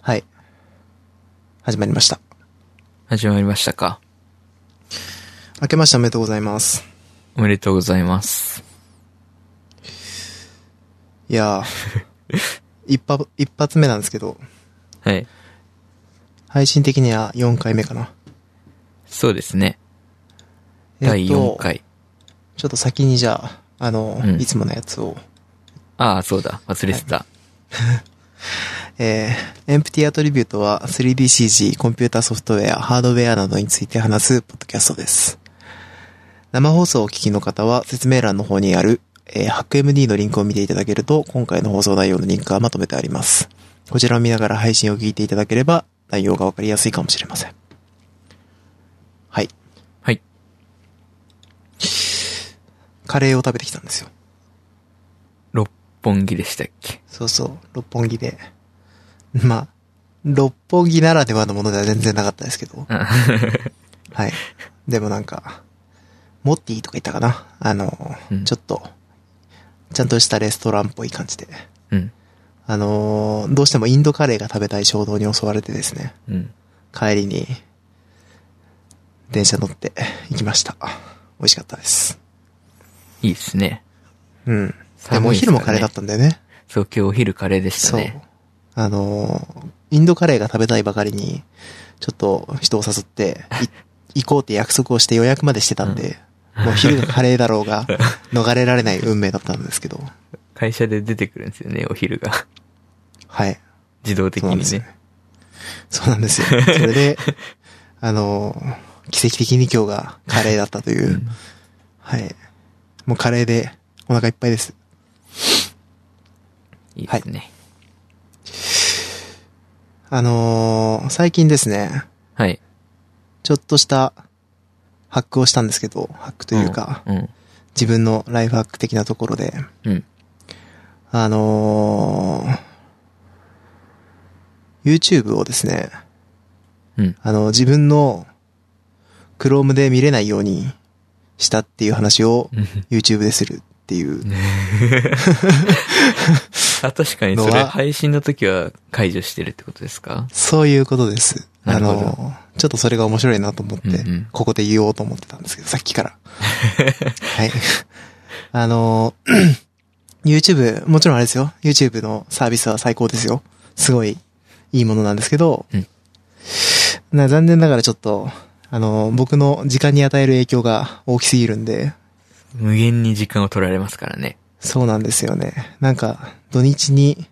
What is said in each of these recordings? はい。始まりました。始まりましたか。明けましておめでとうございます。おめでとうございます。いや ー、一発、一発目なんですけど、はい。配信的には4回目かな。そうですね。えっと第4回。ちょっと先にじゃあ、あの、うんいつものやつを、ああ、そうだ。忘れてた。えー、エンプティアトリビュートは 3DCG、コンピュータソフトウェア、ハードウェアなどについて話すポッドキャストです。生放送をお聞きの方は説明欄の方にある、えー、HackMD のリンクを見ていただけると、今回の放送内容のリンクがまとめてあります。こちらを見ながら配信を聞いていただければ、内容がわかりやすいかもしれません。はい。はい。カレーを食べてきたんですよ。六本木でしたっけ。そうそう、六本木で。 まあ、六本木ならではのものでは全然なかったですけど。うんはい。でもなんか、モッティとか言ったかなあの、うんちょっと、ちゃんとしたレストランっぽい感じで。 うん。あのーどうしてもインドカレーが食べたい衝動に襲われてですね、うん。帰りに、電車乗って行きました。美味しかったです。いいですね。うん。でもお寒いですかね昼もカレーだったんだよね。そう、今日お昼カレーでしたそうね。。あのーインドカレーが食べたいばかりに、ちょっと人を誘って、い行こうって約束をして予約までしてたんで、もう昼がカレーだろうが、逃れられない運命だったんですけど、会社で出てくるんですよね、お昼が。 はい。自動的そうなんでにすよね。ね。そうなんですよ。それで、あのー奇跡的に今日がカレーだったという、うんはい。もうカレーでお腹いっぱいです。いいですね。あのー最近ですね、はい。ちょっとしたハックをしたんですけど、ハックというか、うん。自分のライフハック的なところで、うん。あのー YouTube をですね、うん。 あの、自分の Chrome で見れないようにしたっていう話をうん YouTube でするっていう、あ、確かにそのれは配信の時は解除してるってことですかそういうことです。なあるほどのー、ちょっとそれが面白いなと思って、うんうんここで言おうと思ってたんですけど、さっき から。はい。あの ー YouTube、もちろんあれですよ。YouTube のサービスは最高ですよ。すごいいいものなんですけど、うんな残念ながらちょっと、あのー僕の時間に与える影響が大きすぎるんで、無限に時間を取られますからね。そうなんですよね。なんか、土日に、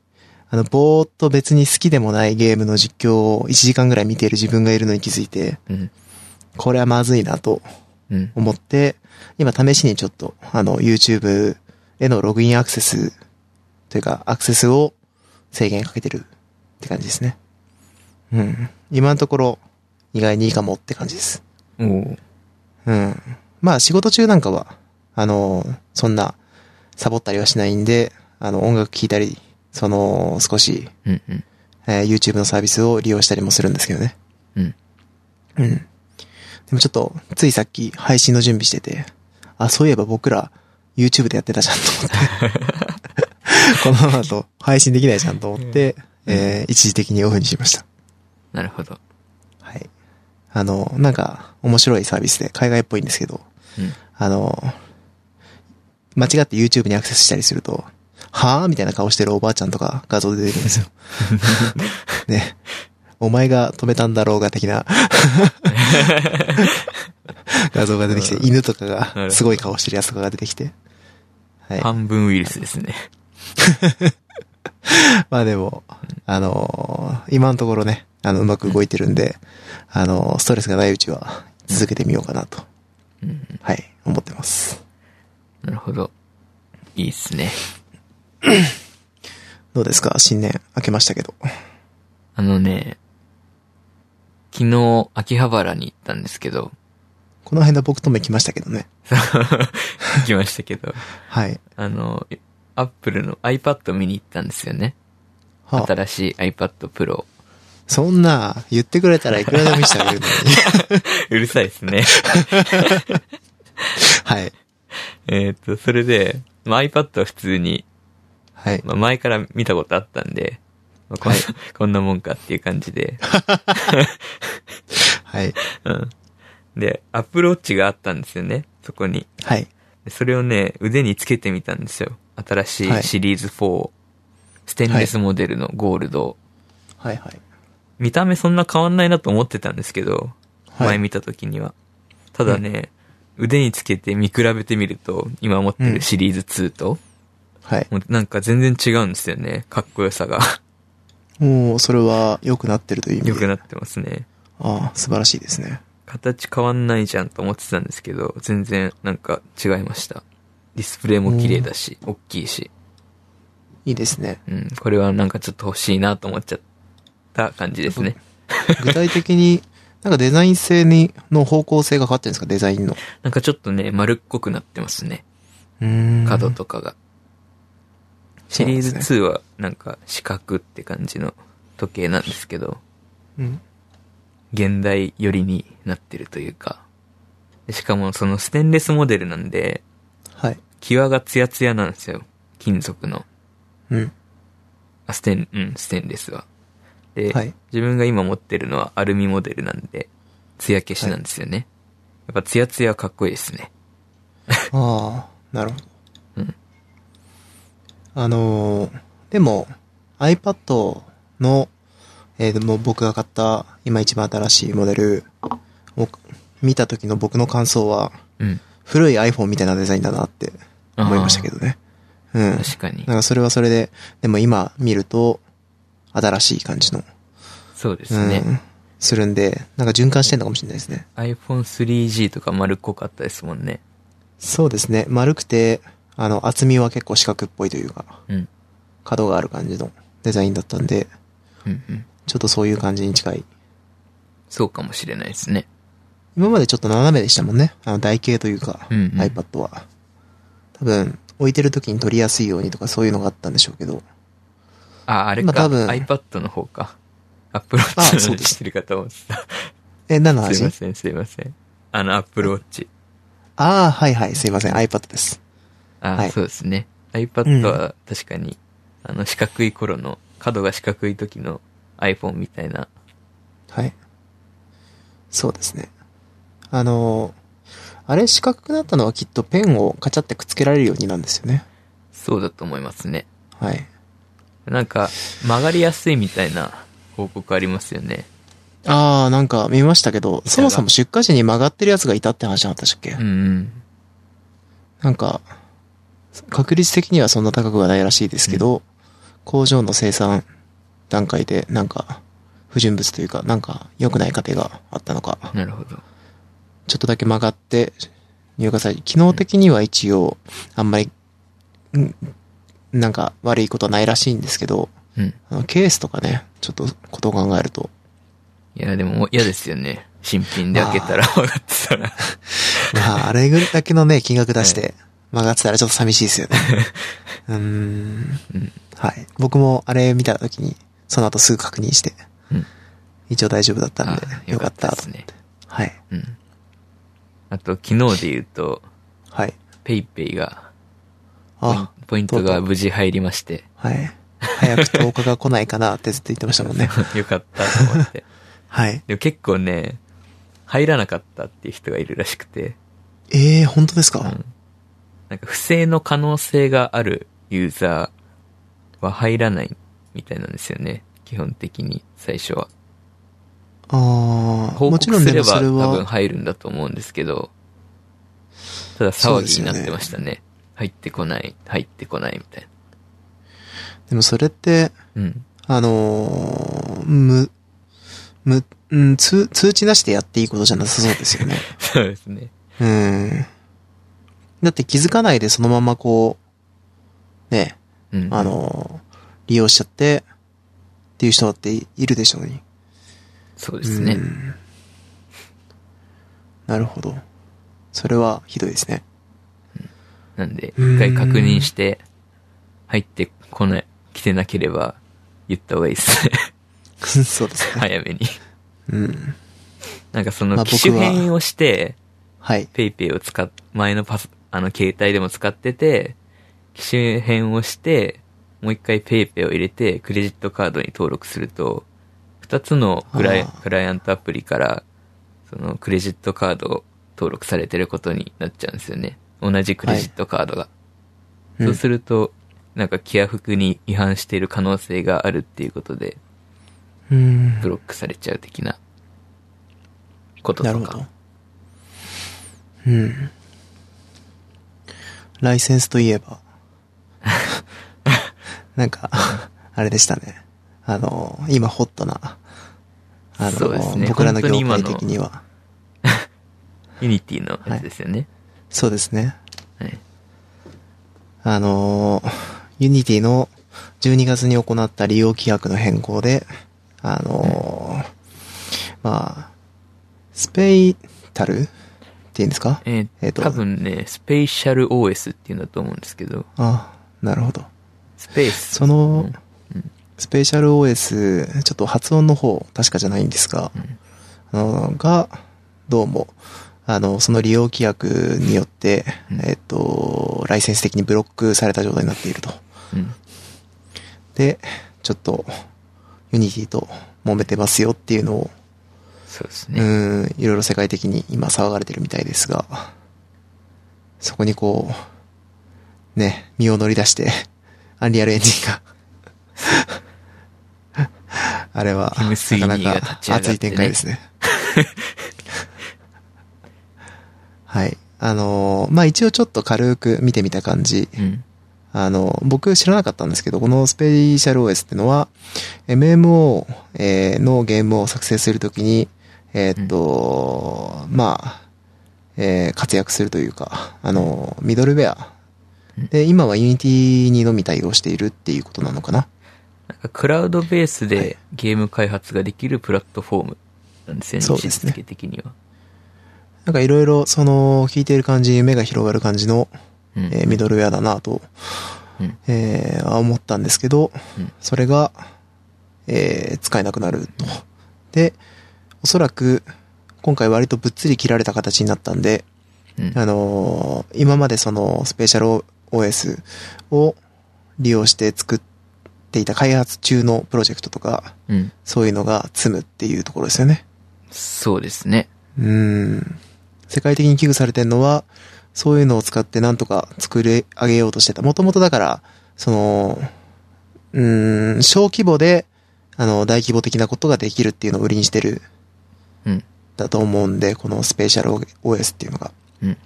あの、ぼーっと別に好きでもないゲームの実況を1時間ぐらい見ている自分がいるのに気づいて、うん。これはまずいなとうん。思って、今試しにちょっと、あの、YouTube へのログインアクセス、というか、アクセスを制限かけてるって感じですね。うん。今のところ、意外にいいかもって感じです。おーうん。まあ、仕事中なんかは、あの、そんな、サボったりはしないんで、あの、音楽聴いたり、その、少し、うんうん。えー YouTube のサービスを利用したりもするんですけどね。うん。うん。でもちょっと、ついさっき配信の準備してて、あ、そういえば僕ら YouTube でやってたじゃんと思って。このままだと配信できないじゃんと思って、えー一時的にオフにしました。なるほど。はい。あの、なんか、面白いサービスで、海外っぽいんですけど、うん。あの、間違って YouTube にアクセスしたりすると、はぁみたいな顔してるおばあちゃんとか画像で出てくるん ですよ。ね。お前が止めたんだろうが的 な画像が出てきて、犬とかほどがすごい顔してるやつとかが出てきて。はい。半分ウイルスですね。まあでも、あのー今のところね、あの、うまく動いてるんで、あのーストレスがないうちは続けてみようかなと、うん。はい、思ってます。なるほど。いいっすね。どうですか新年明けましたけど。あのね、昨日、秋葉原に行ったんですけ ど、この辺で僕とも行きましたけどね。行きましたけど、はい。あの、アップルの iPad 見に行ったんですよね。はあ、新しい iPad Pro。そんな、言ってくれたらいくらでも見せて あげるのに。 うるさいですね。はい。 えっと、それで、まあ、iPad は普通に、はい。まあ、前から見たことあったんで、まあこん こんなもんかっていう感じで。はい。うん。で、アップルウォッチがあったんですよね。そこに。はい。でそれをね、腕につけてみたんですよ。新しはいいシリーズ4を。ステンレスモデルのゴールドを。はいはい。見た目そんな変わんないなと思ってたんですけど、はい前見た時には。ただね、腕につけて見比べてみると、今持ってるシリーズ2と、はい。もうなんか全然違うんですよね。かっこよ さがもう、それは良くなってるという意味で。良くなってますね。ああ、素晴らしいですね。形変わんないじゃんと思ってたんですけど、全然なんか違いました。ディスプレイも綺麗だし、大きいし。いいですね。うん、これはなんかちょっと欲しいなと思っちゃった感じですね。具体的に、 なんかデザイン性に、の方向性が変わってるんですかデザインの。なんかちょっとね、丸っこくなってますね。うーん角。とかが。シリーズそうなんです2はなんか四角って感じの時計なんですけど、うん。現代寄りになってるというか。でしかもそのステンレスモデルなんで、はい。際がツヤツヤなんですよ。金属の。うん。あ、ステン、うん、ステンレスは。で、はい自分が今持ってるのはアルミモデルなんで、ツヤ消しなんですよね。やっぱツヤツヤかっこいいですね。ああ、なるほど。うんあのーでも、iPad の、えー、でも僕が買った、今一番新しいモデルを見た時の僕の感想は、うん。古い iPhone みたいなデザインだなって思いましたけどね。うん。確かになん。かそれはそれで、でも今見ると、新しい感じの、そうでうすん、ね。するんで、なんか循環してんのかもしれないですね。 iPhone 3G とか丸っこかったですもんね。そうですね。丸くて、あの、厚みは結構四角っぽいというか、うん。角がある感じのデザインだったんで、うんうん。ちょっとそういう感じに近い。そうかもしれないですね。今までちょっと斜めでしたもんね。あの、台形というか、うんうん iPad は。多分、置いてる時に取りやすいようにとかそういうのがあったんでしょうけど。あ、あれまか。あ多分 iPad の方か。Apple あ Watch のそうで話すしてるかと思ってえ、何のた。すい話ません、すいません。あの、Apple Watch。ああ、はいはい、すいません、iPad です。あ、はいそうですね。iPad は確かに、あの、四角い頃の、角が四角い時の iPhone みたいな。はい。そうですね。あのーあれ四角くなったのはきっとペンをカチャってくっつけられるようになんですよね。そうだと思いますね。はい。なんか、曲がりやすいみたいな報告ありますよね。ああ、なんか見ましたけど、そもそも出荷時に曲がってるやつがいたって話なかったでしたっけ、うんうん。なんか、確率的にはそんな高くはないらしいですけど、工場の生産段階でなんか、不純物というか、なんか良くない過程があったのか、なるほど。ちょっとだけ曲がって入荷され、機能的には一応、あんまり、うんなんか悪いことはないらしいんですけど、うん。あのケースとかね、ちょっとことを考えると、いや、でも嫌ですよね。新品で開けたら曲がってたら。まあ、あれぐらいだけのね、金額出 して曲がってたらちょっと寂しいですよね。うーんうん。はい。僕もあれ見た時に、その後すぐ確認して、うん一応大丈夫だったんあで、よかったでとすね。はい。うん。あと、昨日で言うと、はい。ペイペイが、ポインあ、ポイントが無事入りまして、はい。早く10日が来ないかなってずっと言ってましたもんね。 よかったと思って。はい。でも結構ね、入らなかったっていう人がいるらしくて、ええー、本当ですか、うんなんか不正の可能性があるユーザーは入らないみたいなんですよね。基本的に、最初は。ああ、報もちろん告すでれもばそれ多分は、入るんだと思うんですけど、ただ騒ぎになってましたね。入ってこない、入ってこないみたいでもそれって、な。うん。あのー、む、む、うん、通、通知なしでやっていいことじゃなさそうですよね。そうですね。うん。だって気づかないでそのままこう、ね、うん。あのー、利用しちゃって、っていう人だっているでしょうに。そうですね。うんなるほど。それはひどいですね。 なんで、うん一回確認して、入ってこない、来てなければ、言った方がいいで すね。そうですね。早めに。うん。なんかそまのあ機種僕は変をして、はい。ペイペイを使っ、前のパス、あの携帯でも使ってて、機種変をして、もう一回 PayPay を入れてクレジットカードに登録すると、二つのクライあークライアントアプリから、そのクレジットカードを登録されてることになっちゃうんですよね。同じクレジットカードが。うんそうすると、なんか規約に違反している可能性があるっていうことで、うん。ブロックされちゃう的なことなとるほかど。。うん。ライセンスといえば。 なんか、あれでしたね。あの、今ホットな。あそうですの、ね僕らの本業当に今界の的には。ユニティのやつですよね。そうですね。はい。あの、ユニティの12月に行った利用規約の変更で、あの、まあ、スペイタルっていうんですかえーえーと多分ね、スペーシャル OS っていうんだと思うんですけど、あ、なるほど。スペース。そのうん、スペシャル OS、ちょっと発音の方、確かじゃないんですが、うんあの、が、どうも、あの、その利用規約によって、うんえっと、ライセンス的にブロックされた状態になっていると。うん。で、ちょっと、ユニティと揉めてますよっていうのを、そうですうね。ん、いろいろ世界的に今騒がれてるみたいですが、そこにこう、ね、身を乗り出して、 アンリアルエンジンが、 あれは、キムスイニーがなかな立かち上がって熱ねい展開ですね。 はい。あのーまあ、一応ちょっと軽く見てみた感じ、うん。あの、僕知らなかったんですけど、このスペシャル OS ってのは、MMO えーのゲームを作成するときに、えーっと、まあ、えー活躍するというか、あの、ミドルウェアうん。で、今は Unity にのみ対応しているっていうことなのかななんかクラウドベースはでいゲーム開発ができるプラットフォームなんですよね、そう位置ですづねけ的には。なんかいろいろ、その、聞いている感じ、目が広がる感じの、うん。えーミドルウェアだなと、うんえーは思ったんですけど、うんそれが、えー使えなくなると。で、おそらく、今回割とぶっつり切られた形になったんで、うんあのー今までそのスペシャル OS を利用して作っていた開発中のプロジェクトとか、うん。そういうのが積むっていうところですよね。そうですね。うーん。世界的に危惧されてるのは、そういうのを使ってなんとか作り上げようとしてた。もともとだから、その、うーん、小規模で、あの、大規模的なことができるっていうのを売りにしてる、うん。だと思うんで、このスペシャル OS っていうのが。うん。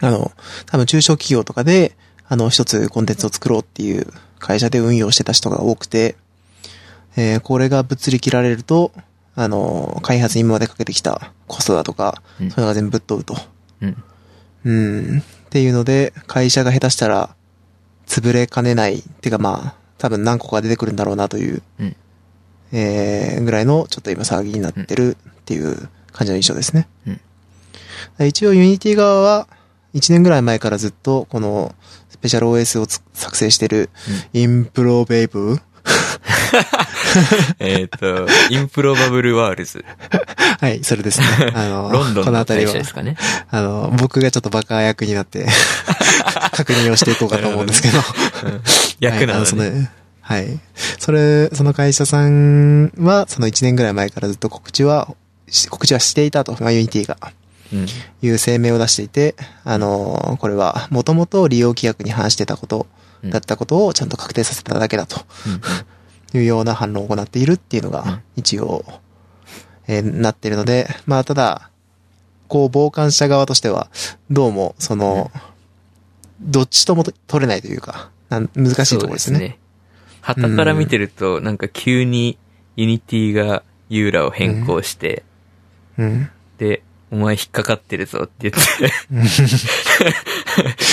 あの、多分中小企業とかで、あの、一つコンテンツを作ろうっていう会社で運用してた人が多くて、えーこれがぶっつり切られると、あの、開発に今までかけてきたコストだとか、うそんういうのが全部ぶっ飛ぶと。うん。うん。っていうので、会社が下手したら、潰れかねない。てかまあ、多分何個か出てくるんだろうなという、うんえー、ぐらいの、ちょっと今騒ぎになってるっていう感じの印象ですね。うん一応、ユニティ側は、1年ぐらい前からずっと、この、スペシャル OS をつ作成してる、インプロベイブえっと、インプロバブルワールズ。はい、それですね。 あの、ロンドこンのの辺会りは社ですかね。あの、僕がちょっとバカ役にな って、確認をしていこうかと思うんですけど。うん役なのはいあね。そのはい。それ、その会社さんは、その1年ぐらい前からずっと告知は、し告知はしていたと、まあ、ユニティが、うん。いう声明を出していて、あのーこれは、もともと利用規約に反してたこと、うんだったことをちゃんと確定させただけだとうんいうような反論を行っているっていうのうんが、一応、えーなってるので、まあ、ただ、こう、傍観者側としては、どうも、その、どっちとも取れないというか、なん難しいところですね。。旗から見てると、なんか急にユニティがユーラを変更して、うん。で、お前引っかかってるぞって言って、 イ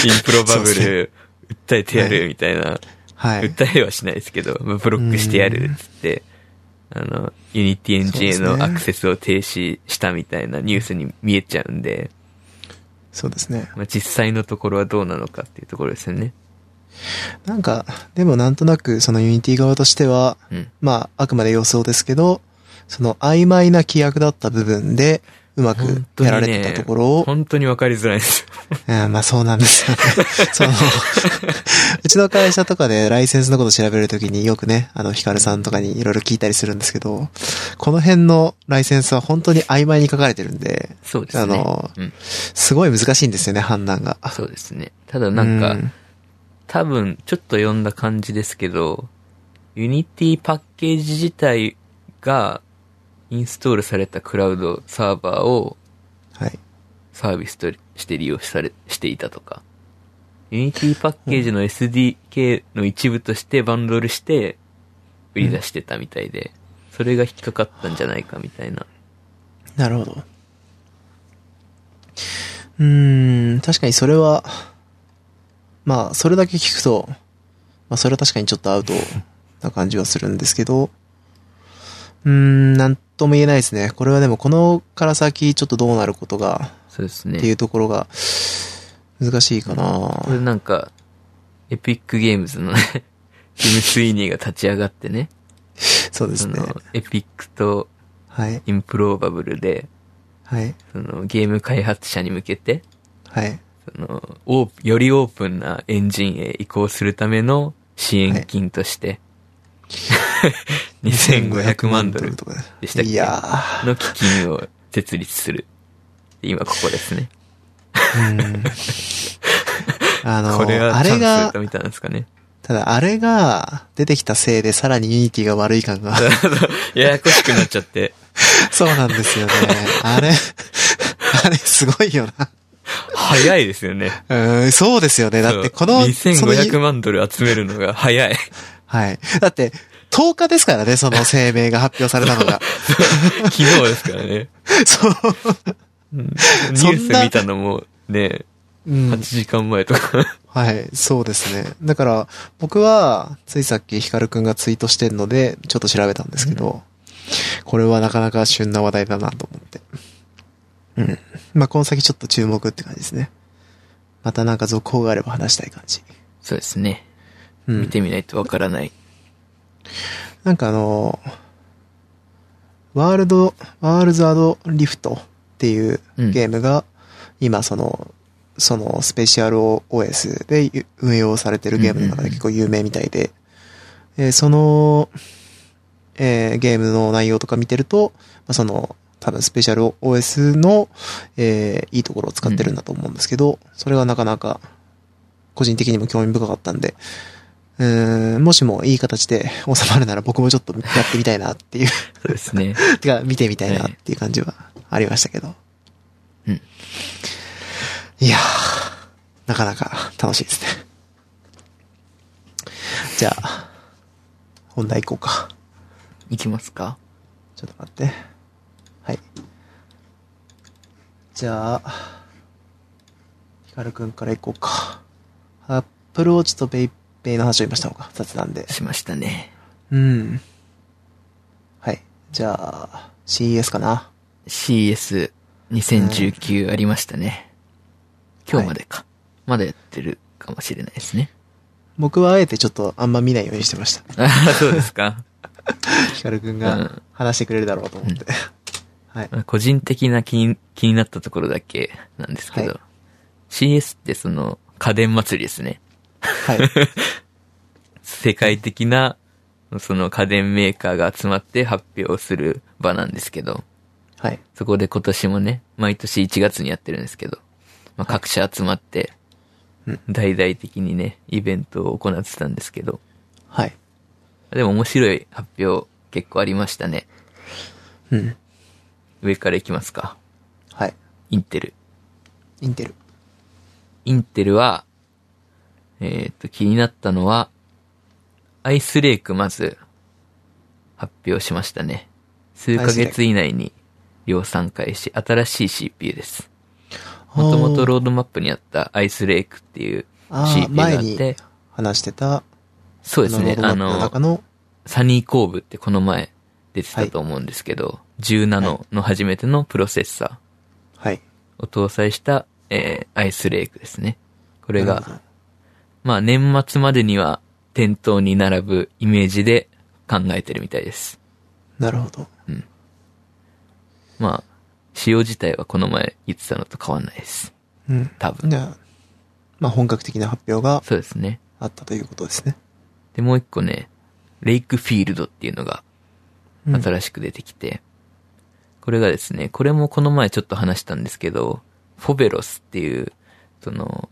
ンプロバブル訴えてやるみたいな、 はい。訴えはしないですけど、まあブロックしてやるっつって、あの、ユニティエンジンへそうですのねアクセスを停止したみたいなニュースに見えちゃうんで、そうですね。まあ、実際のところはどうなのかっていうところですよね。なんか、でもなんとなくそのユニティ側としては、うん。まあ、あくまで予想ですけど、その曖昧な規約だった部分で、うまく本当にやらねれてたところを、本当にわかりづらいです。うん、まあそうなんですよね。 その、うちの会社とかでライセンスのこと調べるときによくね、あの、ヒカルさんとかにいろいろ聞いたりするんですけど、この辺のライセンスは本当に曖昧に書かれてるんで、そうですあね。のうん、すごい難しいんですよね、判断が。そうですね。ただなんか、う多分、ちょっと読んだ感じですけど、ユニティパッケージ自体がインストールされたクラウドサーバーをはい。サービスとして利用され、していたとか。ユニティパッケージの SDK の一部としてバンドルして売り出してたみたいで、それが引っかかったんじゃないかみたいな。なるほど。うーん、確かにそれは、まあ、それだけ聞くと、まあ、それは確かにちょっとアウト な感じはするんですけど、うーん、なんとも言えないですね。これはでも、このから先、ちょっとどうなることが、そうですっていね。うところが、難しいかこれななんか、エピックゲームズのね、 ティム・スイーニーが立ち上がってね、そうですそね。の、エピックとはい、インプローバブルで、はい、その、ゲーム開発者に向けて、はい。その、オープよりオープンなエンジンへ移行するための支援金として、2500万ドルとかねでしたっけいやー。の基金を設立する。今ここですね。 うんあの、これはあチャれンスがと、見たんですかね。 ただあれが出てきたせいでさらにユニティが悪い感 が。ややこしくなっちゃって、そうなんですよね。あれ、あれすごいよ早いですよね。な。うん、そうですよね。だってこの、そうその2500万ドル集めるのが早 い。はい。だって、10日ですからね、その声明が発表された のが。昨日ですからね。そう。うん ニュそんなース見たのもね、うん8。時間前とか。はい、そうですね。だから、僕は、ついさっきヒカルくんがツイートしてるので、ちょっと調べたんですけど、これはなかなか旬な話題だなと思って。うん。まあ、この先ちょっと注目って感じですね。またなんか続報があれば話したい感じ。そうですね。うん。見てみないとわからない。なんかあのーワールド、ワールズアドリフトっていううんゲームが、今その、そのスペシャル OS でゆ運用されてるゲームの中で結構有名みたいで、えーその、えーゲームの内容とか見てると、まあ、その、多分スペシャル OS の、えーいいところを使ってるんだと思うんですけど、それがなかなか、個人的にも興味深かったんで、うーん、もしもいい形で収まるなら僕もちょっとやってみたいなっていう、 そうですね。てか見てみたいなっていう感じはありましたけど。うん。いやー、なかなか楽しいですね。じゃあ、本題行こうか。いきますかちょっと待って。はい。じゃあ、ヒカルくんから行こうか。アップルウォッチとペイペイの話を今したのか、雑談で。しましたね。うん。はい。じゃあ、CES かな。 CS2019 ありましたね。今日までか、まだやってるかもしれないですね。僕はあえてちょっとあんま見ないようにしてました。あ そうですか。ヒカルくん うがん話してくれるだろうと思って。はい。個人的な気に気になったところだけなんですけど、はい CS ってその家電祭りですね。はい。世界的なその家電メーカーが集まって発表する場なんですけど、はい。そこで今年もね、毎年1月にやってるんですけど、まあ、各社集まってうん、大々的にね、イベントを行ってたんですけど、はい。でも面白い発表結構ありましたね。うん。上からいきますか。はい。インテル。インテル。インテルは、えーっと、気になったのは、アイスレイクまず、発表しましたね。数ヶ月以内に量産開始、新しい CPU です。もともとロードマップにあったアイスレイクっていうあー CPU があ前っにて、話してた、そうですね、ああのロードマップのの、中の、サニーコーブってこの前出てたと思うんですけど、10ナノの初めてのプロセッサはい。ーを搭載した、えーアイスレイクですね。これなるがほど、まあ年末までには店頭に並ぶイメージで考えてるみたいです。なるほど。まあ、仕様自体はこの前言ってたのと変わんないです。うん。多分。じゃあ、まあ本格的な発表がそうですね。あったということですね。で、もう一個ね、レイクフィールドっていうのがうん新しく出てきて、これがですね、これもこの前ちょっと話したんですけど、フォベロスっていう、その、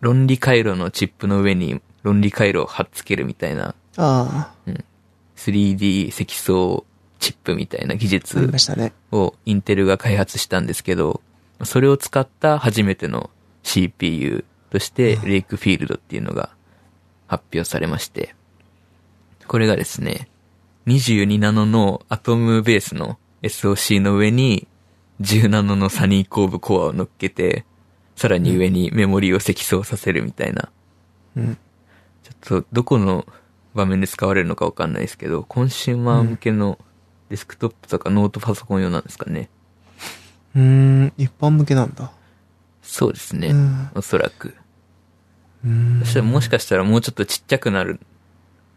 論理回路のチップの上に論理回路を貼っつけるみたいな、あ 3D 積層チップみたいな技あ、あり術ましたね。をインテルが開発したんですけど、それを使った初めての CPU として、レイクフィールドっていうのが発表されまして、これがですね、22ナノのアトムベースの SOC の上に、10ナノのサニーコーブコアを乗っけて、さらに上にメモリを積層させるみたいな、うん。ちょっとどこの場面で使われるのかわかんないですけど、コンシューマー向けのデスクトップとかノートパソコン用なんですかね。うーん、一般向けなんだ。そうですね。うんおそらく。うーんそしたらもしかしたらもうちょっとちっちゃくなる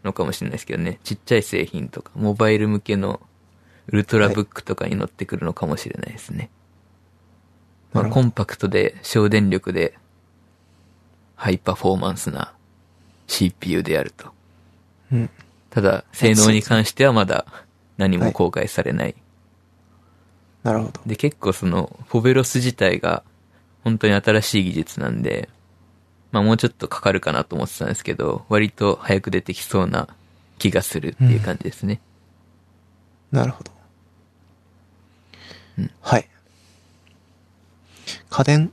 のかもしれないですけどね。ちっちゃい製品とか、モバイル向けのウルトラブックとかに乗ってくるのかもしれないですね。なるまあ、ほコどンパクトで省電力でハイパフォーマンスな CPU であると。うん。ただ、性能に関してはまだ何も公開されないなるほど。で、結構その、フォベロス自体が、本当に新しい技術なんで、まあもうちょっとかかるかなと思ってたんですけど、割と早く出てきそうな気がするっていう感じですね。なるほどうん。はい。家電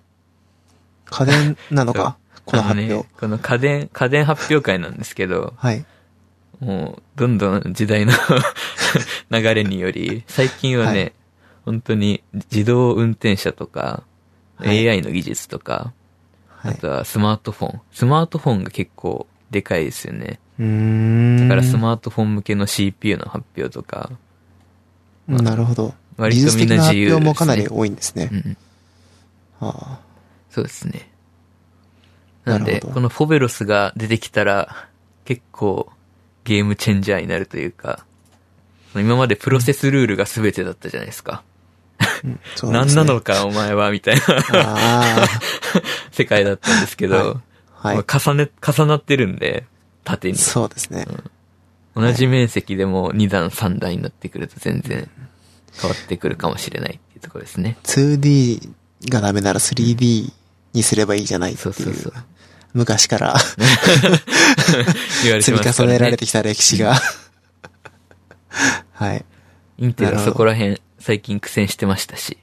家電なの かこのあ発ね表。この家電、家電発表会なんですけど、はい。もう、どんどん時代の 流れにより、最近はね、はい本当に自動運転車とか、はい AI の技術とか、はあい。とはスマートフォン。スマートフォンが結構でかいですよね。うーん。だからスマートフォン向けの CPU の発表とか、うんなるほど。技割と術みん的なな発自由です、ね。表もかなり多いんですねう。ん、はそうですね。なんなで、るほどこのフォベロスが出てきたら、結構ゲームチェンジャーになるというか、今までプロセスルールが全てだったじゃないですか。あうんそうで何すねなのかお前は、みたいな あ世界だったんですけど、あ、はい。重ね、重なってるんで、縦に。そうですね。同じ面積でも2段3段になってくると全然変わってくるかもしれないっていうところですね。 2D がダメなら 3D にすればいいじゃないってそういそうそうう。。昔から言われて積まみすか重ら、ね、ねられてきた歴史が。はい。インテなルはるほどそこら辺最近苦戦してましたし。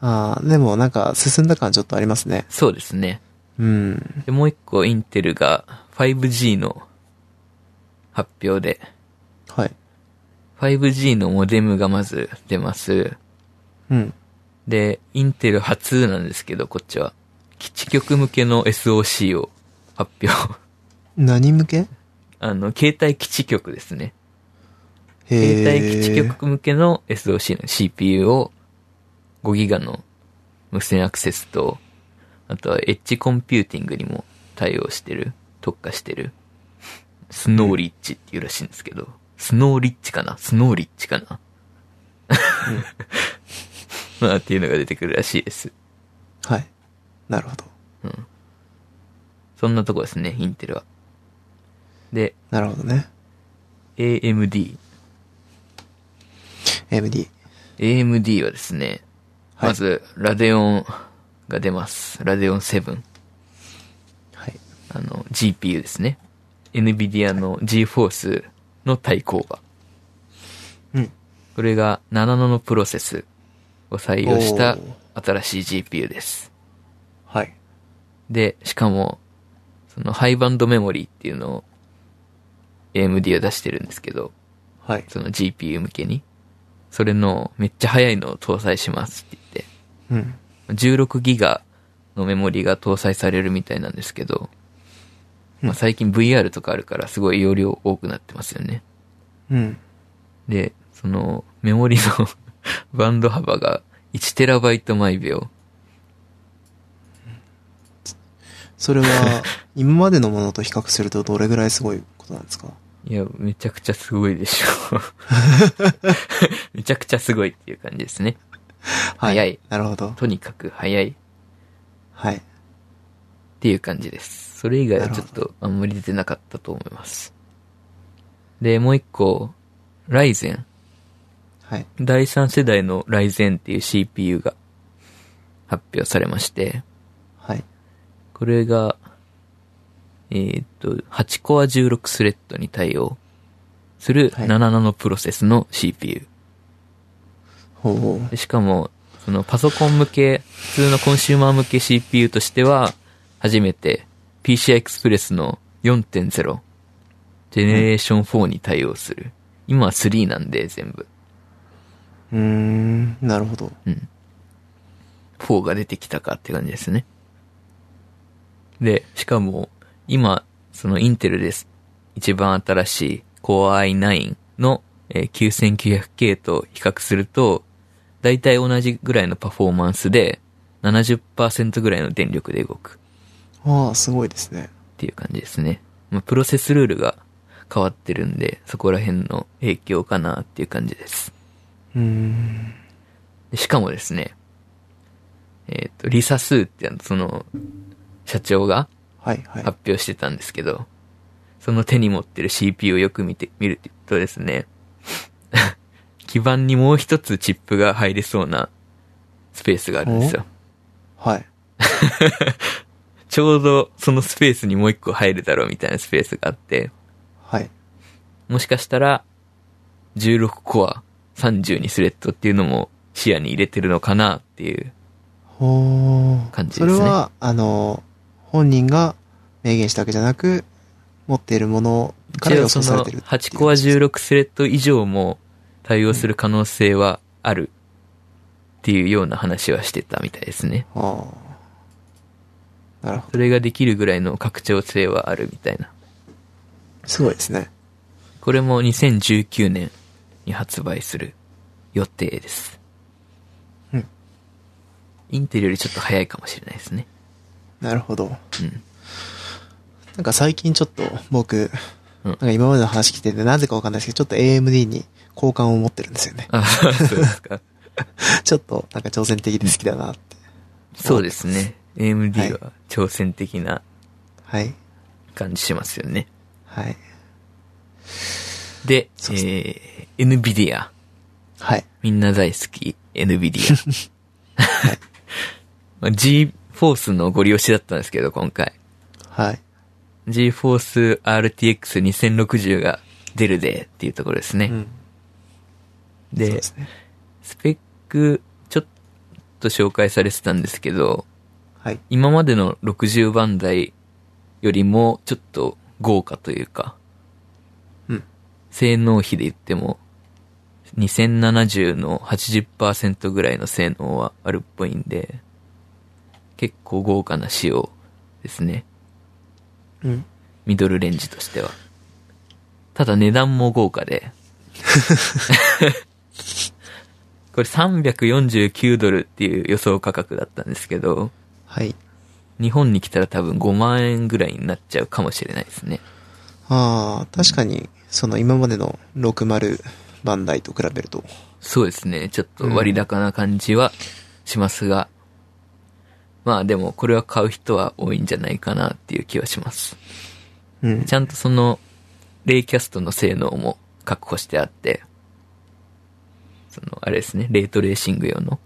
ああ、でもなんか進んだ感ちょっとありますね。そうですね。うん。で、もう一個インテルが 5G の発表で、はい。 5G のモデムがまず出ます。うん。で、インテル初なんですけど、こっちは。基地局向けの SOC を発表。 何向けあの、携帯基地局ですね。へえ。携帯基地局向けの SOC の CPU を5ギガの無線アクセスと、あとはエッジコンピューティングにも対応してる、特化してる、スノーリッチっていうらしいんですけど、スノーリッチかなスノーリッチかな、 まあっていうのが出てくるらしいです。はい。なるほど。そんなとこですね、インテルは。で、なるほどね。 AMD。 MD。 AMD はですね、はいまず、ラデオンが出ます。ラデオン7。はい。あの、GPU ですね。NVIDIA の GForce の対抗馬。うん。これが7ナノプロセスを採用したお新しい GPU です。はい。で、しかも、そのハイバンドメモリーっていうのを AMD は出してるんですけど、はい。その GPU 向けに。それのめっちゃ速いのを搭載しますって言って。うん。 16ギガのメモリが搭載されるみたいなんですけど、まあ、最近 VR とかあるからすごい容量多くなってますよね。うん。で、そのメモリの バンド幅が 1TB 毎秒。それ は、今までのものと比較するとどれぐらいすごいことなんですかいや、めちゃ くちゃすごいでしょ。めちゃくちゃすごいっていう感じですね。は早い。なるほど。とにかく早いっはい。ていう感じです。それ以外はなるちほょっどとあんまり出てなかったと思います。で、もう一個、ライゼン。はい。第3世代のライゼンっていう CPU が発表されまして、はい。これが、えーっと、8コア16スレッドに対応するはい7ナノプロセスの CPU。ほうほでしかも、そのパソコン向け、普通のコンシューマー向け CPU としては、初めて PCI Express の4.0、ジェネレーション4に対応する。今は3なんで、全部。う。うーん、なるほど。うん。4が出てきたかって感じですね。で、しかも、今、そのインテルです。一番新しい Core i9 のえー 9900K と比較すると、だいたい同じぐらいのパフォーマンスで、70%ぐらいの電力で動くああ、すごいですね。っていう感じですね。まあ、プロセスルールが変わってるんで、そこら辺の影響かなっていう感じです。うーん。でしかもですね、えっ、と、リサスーってあの、その、社長がはい、はい。発表してたんですけど、その手に持ってる CPU をよく見て、見るとですね、 基板にもう一つチップが入れそうなスペースがあるんですよ。はい。ちょうどそのスペースにもう一個入るだろうみたいなスペースがあって、はい。もしかしたら、16コア、32スレッドっていうのも視野に入れてるのかなっていうほう。感じそでれすねは、あの、本人が明言したわけじゃなく、持っているものから一予応そ想されのてるっていう8コア16スレッド以上も対応する可能性はあるっていうような話はしてたみたいですね。ああ。なるほど。それができるぐらいの拡張性はあるみたいな。すごいですね。これも2019年に発売する予定です。うん。インテルよりちょっと早いかもしれないですね。なるほど。うん。なんか最近ちょっと僕、うなん。んか今までの話聞いてて、なぜかわかんないですけど、ちょっと AMD に好感を持ってるんですよねあ、そうですか。 ちょっとなんか挑戦的で好きだなって。 そうですね。はい AMD は挑戦的なはい。感じしますよね。はい。で、そうですえー、NVIDIA。はい。みんな大好き、NVIDIA。まあ G-Force のご利用しだったんですけど、今回。はい。 G-Force RTX 2060が出るでっていうところですね。うん。そうでですね。スペック、ちょっと紹介されてたんですけど、はい。今までの60番台よりもちょっと豪華というか、うん。性能比で言っても、2070の80%ぐらいの性能はあるっぽいんで、結構豪華な仕様ですね。うん。ミドルレンジとしては。ただ値段も豪 華で。これ349ドルっていう予想価格だったんですけど、はい。日本に来たら多分5万円ぐらいになっちゃうかもしれないですね。ああ、確かに、その今までの60番台と比べると。そうですね。ちょっと割高な感じはしますが、まあでもこれは買う人は多いんじゃないかなっていう気はします。うんち。ゃんとその、レイキャストの性能も確保してあって、その、あれですね、レイトレーシング用の。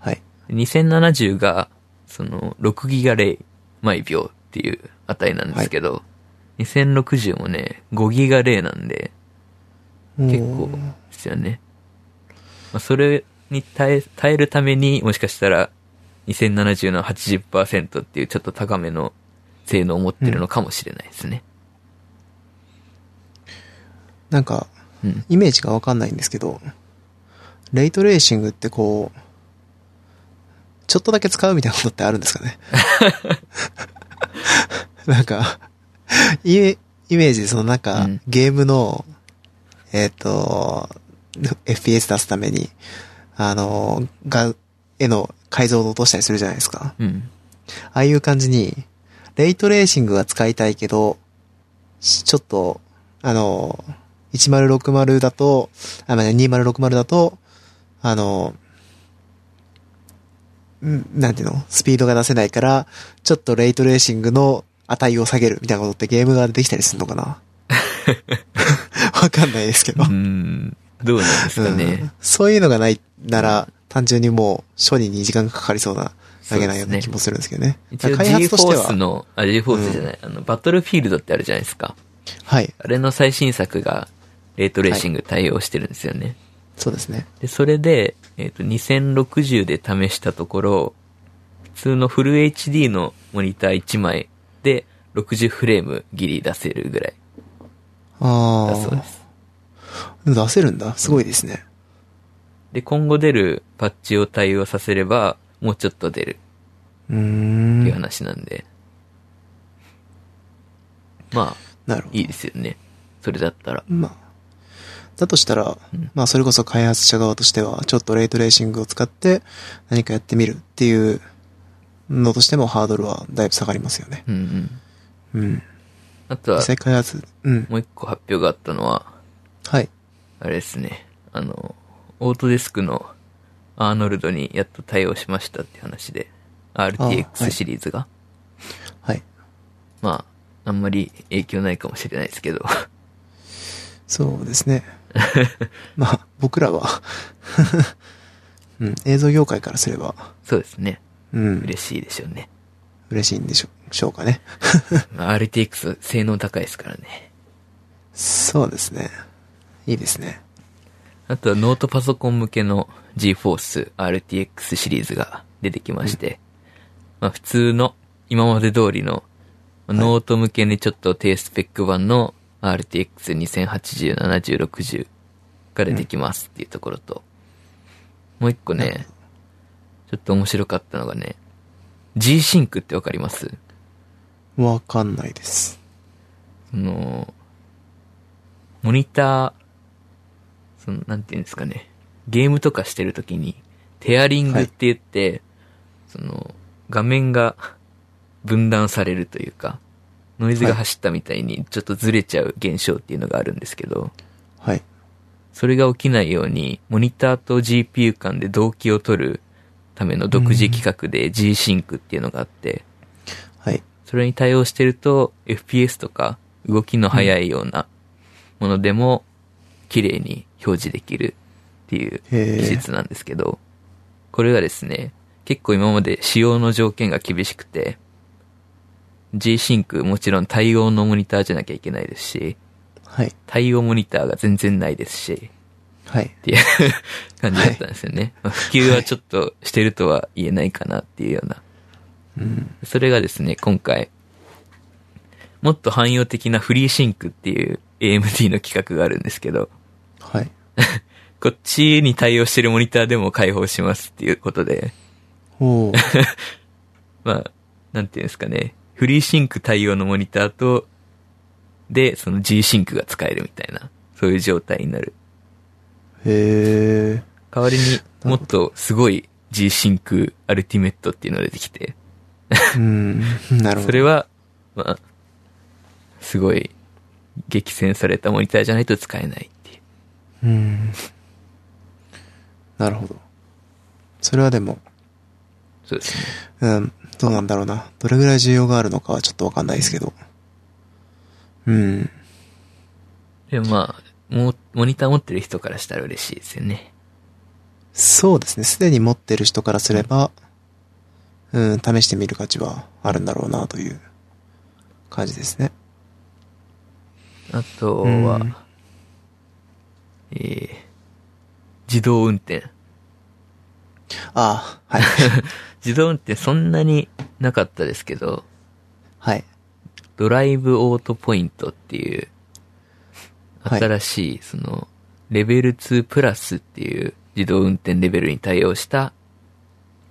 はい。 2070が、その、6ギガレイ毎秒っていう値なんですけど、2060もね、5ギガレイなんで、結構おーですよね。まあ、それに耐え、耐えるために、もしかしたら、2070の80%っていうちょっと高めの性能を持ってるのかもしれないですね。なんか、うん。イメージがわかんないんですけど、レイトレーシングってこう、ちょっとだけ使うみたいなことってあるんですかね なんか、イメイメージ、そのなんか、うんゲームの、えっ、と、FPS 出すために、あの、が、絵の解像度落としたりするじゃないですか。うん。ああいう感じに、レイトレーシングは使いたいけど、しちょっと、あの、1060だと、あ、まあ、2060だと、あの、うんなんていうのスピードが出せないから、ちょっとレイトレーシングの値を下げるみたいなことってゲーム側でできたりするのかなわかんないですけどう。ん。どうなんですかうんね。そういうのがないなら、単純にもう処理に時間がかかりそうなだけなような気もするんですけどね。一応開発 G フとしてォはースの、あ、G フォースじゃない、あの、バトルフィールドってあるじゃないですか。はい。あれの最新作が、レートレーシング対応してるんですよね。そうですね。で、それで、えっ、と、2060で試したところ、普通のフル HD のモニター1枚で60フレームギリ出せるぐらいあだそうであ。す。出せるんだ。すごいですね。で、今後出るパッチを対応させれば、もうちょっと出るうー。っていうん話なんで。まあ、なるほど。いいですよね。それだったら。まあ。だとしたら、うんまあそれこそ開発者側としては、ちょっとレイトレーシングを使って何かやってみるっていうのとしてもハードルはだいぶ下がりますよね。うんうん。うん。あとは実、際開発、うん。もう一個発表があったのは、はい。あれですね。あの、オートデスクのアーノルドにやっと対応しましたって話で、あは RTX いシリーズが。はい。まあ、あんまり影響ないかもしれないですけど。 そうですね。まあ僕らは、 うん、映像業界からすれば、そうですね。うん、嬉しいでしょうね。嬉しいんでしょしょうかね。まあ RTX 性能高いですからね。そうですね。いいですね。あとはノートパソコン向けの GForce RTX シリーズが出てきまして、まあ普通の今まで通りのまあはいノート向けにちょっと低スペック版の RTX2080、7060が出てきますっていうところと、もう一個ね、ちょっと面白かったのがね、G-Sync ってわかりますわかんないです。その、モニター、その、なんていうんですかね、ゲームとかしてるときに、テアリングって言って、その、画面が分断されるというか、ノイズが走ったみたいにちょっとずれちゃう現象っていうのがあるんですけど、はい。それが起きないように、モニターと GPU 間で同期を取るための独自企画で G-Sync っていうのがあって、はい。それに対応してると FPS とか動きの速いようなものでも綺麗に表示できるっていうへえ技術なんですけど、これがですね、結構今まで使用の条件が厳しくて、G-Sync もちろん対応のモニターじゃなきゃいけないですし、はい。対応モニターが全然ないですし、はい。っていう 感じだったんですよね。まあ普及はちょっとしてるとは言えないかなっていうようなうん。それがですね、今回、もっと汎用的なフリーシンクっていう AMD の企画があるんですけど、はい。こっちに対応してるモニターでも開放しますっていうことで、おーまあ、なんていうんですかね、フリーシンク対応のモニターと、で、その G シンクが使えるみたいな、そういう状態になる。へえ。代わりにもっとすごい G シンクアルティメットっていうのが出てきて、うん。なるほど。それは、まあ、すごい、激戦されたモニターじゃないと使えないっていう。うん。なるほど。それはでも、そうですね。うん、どうなんだろうな。どれぐらい需要があるのかはちょっとわかんないですけど。うん。でもまあ、もう、モニター持ってる人からしたら嬉しいですよね。そうですね。すでに持ってる人からすれば、うん、試してみる価値はあるんだろうなという感じですね。あとうんは、えー、自動運転。あ あ、はい。自動運転そんなになかったですけど、はい。ドライブオートポイントっていはう、い新しい、その、レベル2プラスっていう自動運転レベルに対応した、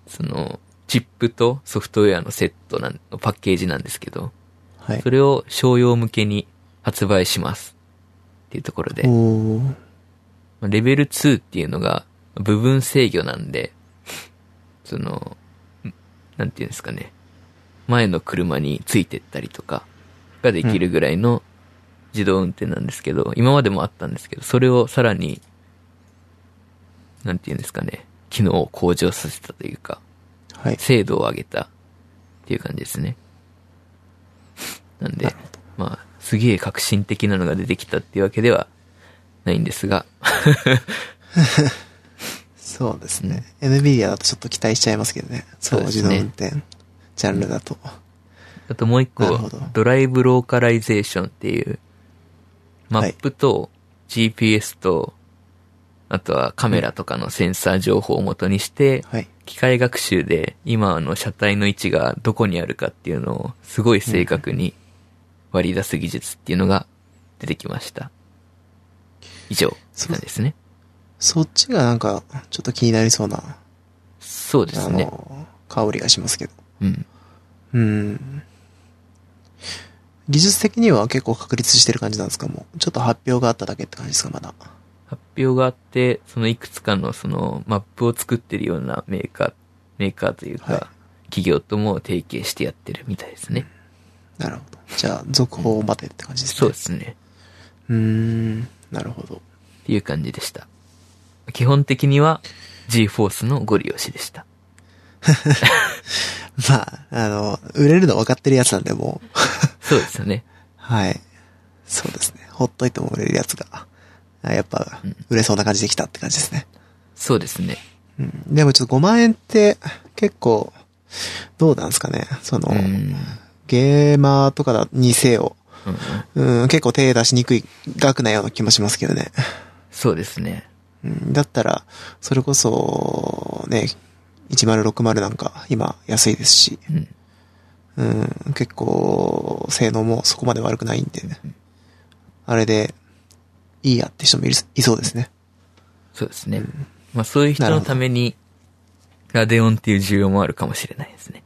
その、チップとソフトウェアのセットなん、のパッケージなんですけど、はいそ。れを商用向けに発売します。っていうところで、まおーあレベル2っていうのが部分制御なんで、その、んなんていうんですかね、前の車についてったりとかができるぐらいの自動運転なんですけど、今までもあったんですけど、それをさらに、なんていうんですかね、機能を向上させたというか、はい。精度を上げたっていう感じですね。 なんなでる、まあ、すげえ革新的なのが出てきたっていうわけではないんですが、 そうですね。NVIDIA だとちょっと期待しちゃいますけどね。そう、そうで自す動ね運転、ジャンルだと。あともう一個なるほど、ドライブローカライゼーションっていう、マップと GPS と、あとはカメラとかのセンサー情報を元にして、はい。機械学習で今あの車体の位置がどこにあるかっていうのをすごい正確に割り出す技術っていうのが出てきました。以上なんですね。そっちがなんか、ちょっと気になりそうな、そうですあね。の、香りがしますけど。うん。うん。技術的には結構確立してる感じなんですかもう。ちょっと発表があっただけって感じですかまだ。発表があって、そのいくつかのそのマップを作ってるようなメーカー、メーカーというか、はい企業とも提携してやってるみたいですね。なるほど。じゃあ、続報を待てって感じですね。そうですね。うーん。なるほど。っていう感じでした。基本的には G-Force のご利用しでした。 まあ、あの、売れるの分かってるやつなんで、もう。 そうですよね。はい。そうですね。ほっといても売れるやつが、あやっぱうん、売れそうな感じできたって感じですね。そうですね。うん。でもちょっと5万円って、結構、どうなんですかね。その、うん。ゲーマーとかにせよ、うんうん、結構手出しにくい額なような気もしますけどね。そうですね。うん、だったら、それこそ、ね、1060なんか今安いですし、うん。うん、結構性能もそこまで悪くないんで、あれでいいやって人もいるいそうですね。そうですね。まあそういう人のために、ラデオンっていう需要もあるかもしれないですね。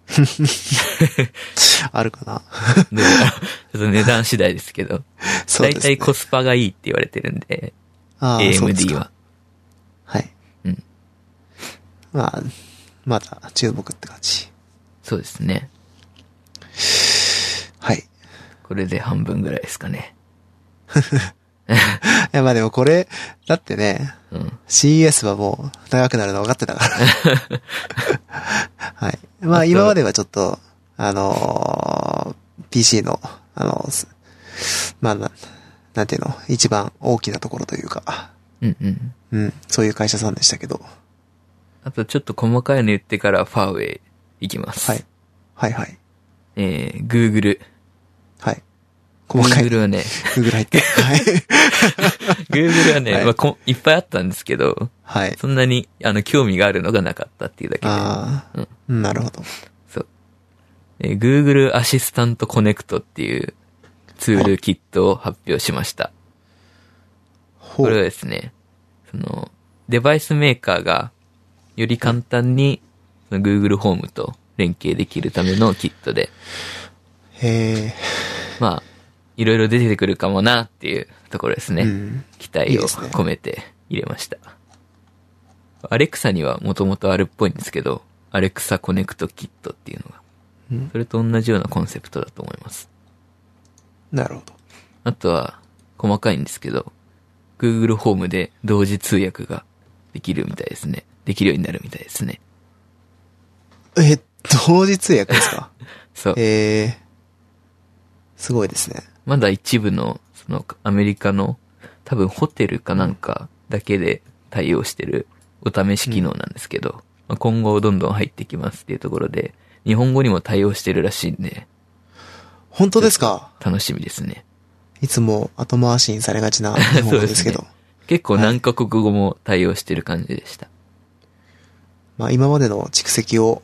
あるか な。どう やらちょっと値段次第ですけど。そう大ですね。体コスパがいいって言われてるんで、ああそうです AMD かは。はい。うん。まあ、まだ注目って感じ。そうですね。はい。これで半分ぐらいですかね。いや、まあでもこれ、だってね、うん。 CES はもう長くなるの分かって たから。はい。まあ今まではちょっと、あのー PC の、あのーすまあな、なんていうの、一番大きなところというか、うんうん。うん、そういう会社さんでしたけど、あとちょっと細かいの言ってからファーウェイ行きます。はい。はいはい。えー、Google。はい。細かい。 Google は ね、 Google 入って。はい。 Google はね、はいまあこいっぱいあったんですけど、 はい。そんなに、あの、興味があるのがなかったっていうだけで。ああ、なるほど。えー Google アシスタントコネクトっていうツールキットを発表しました。ほこれはう。ですね、その、デバイスメーカーがより簡単にその Google ホームと連携できるためのキットで、へまあ、いろいろ出てくるかもなっていうところですえ。ね。うん。期待いいをですね込めて入れました。アレクサにはもともとあるっぽいんですけど、アレクサコネクトキットっていうのがうん、それと同じようなコンセプトだと思います。なるほど。あとは、細かいんですけど、Google ホームで同時通訳ができるみたいですね。できるようになるみたいですね。え、同時通訳ですか そう。へえ。すごいですね。まだ一部の、その、アメリカの、多分ホテルかなんかだけで対応してるお試し機能なんですけど、まあ今後どんどん入ってきますっていうところで、日本語にも対応してるらしいんで、本当ですか楽しみですね。いつも後回しにされがちな日本語ですけど。 そう結構何カ国語も対応してる感じでした。まあ今までの蓄積を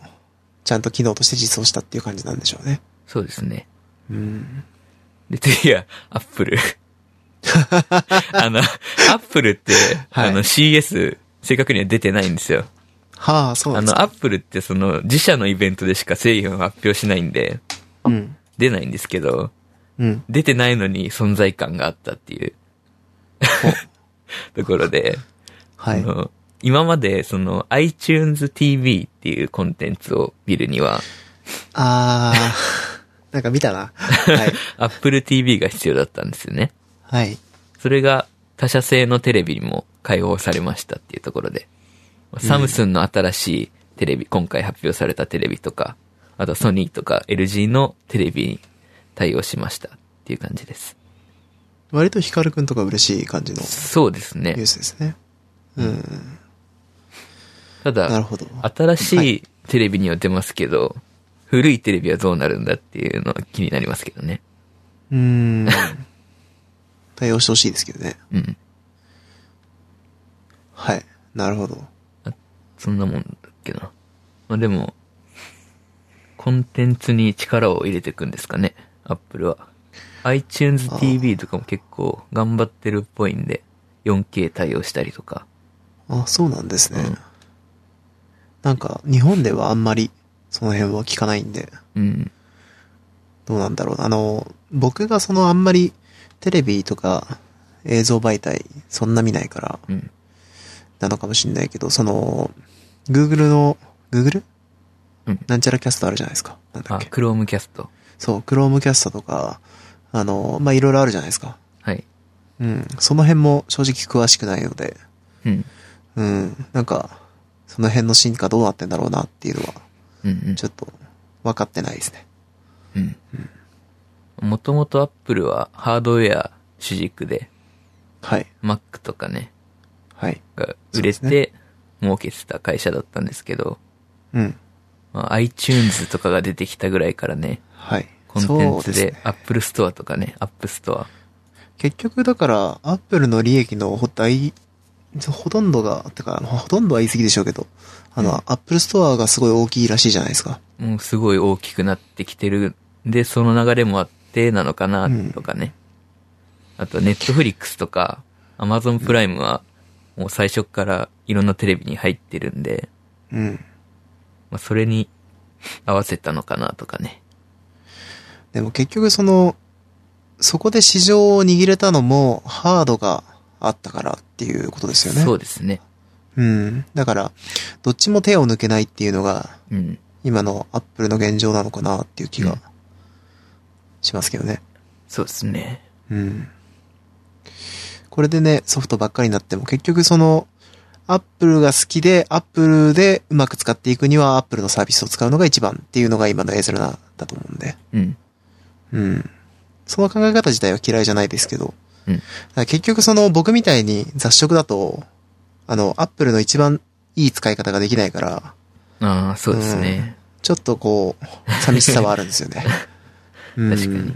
ちゃんと機能として実装したっていう感じなんでしょうね。そうですね。うん。で、次は、アップ ル。あの、アップルって、はいあの CS、正確には出てないんですよ。はあ、そうなあんですの、か。アップルってその、自社のイベントでしか製品を発表しないんで、うん。出ないんですけど、うん。出てないのに存在感があったっていう ところで、はいあ。の今までその iTunes TV っていうコンテンツを見るには、あ ー。なんか見たな。はい。 Apple TV が必要だったんですよね。はい。それが他社製のテレビにも開放されましたっていうところで、サムスンの新しいテレビ、今回発表されたテレビとか、あとソニーとか LG のテレビに対応しましたっていう感じです。割とヒカルくんとか嬉しい感じのそうですニューね。スですね。うん。たなるだ、ほど。新はしいテレビには出ますけど、古いテレビはどうなるんだっていうのは気になりますけどね。うーん。対応してほしいですけどね。うん。はい。なるほど。そんなもんだっけな。まあでも、コンテンツに力を入れていくんですかね、Apple は。iTunes あー TV とかも結構頑張ってるっぽいんで、4K 対応したりとか。あ、そうなんですね。うんなんか、日本ではあんまり、その辺は聞かないんで、うん。どうなんだろうな。あの、僕がそのあんまり、テレビとか、映像媒体、そんな見ないから、うん。なのかもしんないけど、その、Google の、Google? うんなんちゃらキャストあるじゃないですか。なんだあ、っけ。 Chromecast。そう、Chromecast とか、あの、まあ、いろいろあるじゃないですか。はい。うん。その辺も正直詳しくないので、うん。うん。なんか、その辺の進化どうなってんだろうなっていうのは、うんうん。ちょっと、分かってないですね。うん。もともと Apple はハードウェア主軸で、はい。 Mac とかね、はい。が売れそうでて、儲けてた会社だったんですけど、うん。まあ、iTunes とかが出てきたぐらいからね、はい。コンテンそうツですでね、 Apple Store とかね、App Store。結局、だから、アップルの利益のほ大、ほとんどが、てか、ほとんどは言い過ぎでしょうけど、あの、うんアップルストアがすごい大きいらしいじゃないですか。もうすごい大きくなってきてるんで、その流れもあってなのかな、とかね。あと、Netflix とか、Amazon プライムは、もう最初からいろんなテレビに入ってるんで、うん。まあ、それに合わせたのかなとかね。でも結局、その、そこで市場を握れたのも、ハードがあったからっていうことですよね。そうですね。うん。だから、どっちも手を抜けないっていうのが、うん。今のアップルの現状なのかなっていう気うがんしますけどね。そうですね。うん。これでね、ソフトばっかりになっても、結局その、アップルが好きで、アップルでうまく使っていくには、アップルのサービスを使うのが一番っていうのが今のエゼルナだと思うんで。うん。うん。その考え方自体は嫌いじゃないですけど。うんだから結局その僕みたいに雑食だと、あの、アップルの一番いい使い方ができないから、ああ、そうですね。ちょっとこう、寂しさはあるんですよね。うん 確かに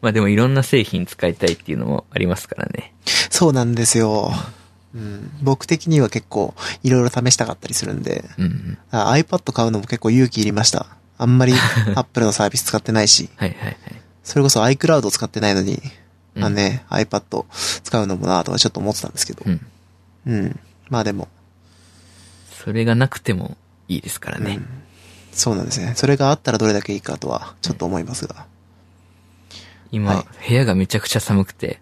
まあでもいろんな製品使いたいっていうのもありますからね。そうなんですよ。うん、僕的には結構いろいろ試したかったりするんで、うんうん。あ iPad 買うのも結構勇気いりました。あんま り Apple のサービス使ってないし、はいはいはい。それこそ iCloud を使ってないのに、うんまあね、iPad 使うのもなとかちょっと思ってたんですけどう、ん。うん。まあでも、それがなくてもいいですからね。うんそうなんですね。それがあったらどれだけいいかとはちょっと思いますが。今、は部屋がめちゃくちゃ寒く て。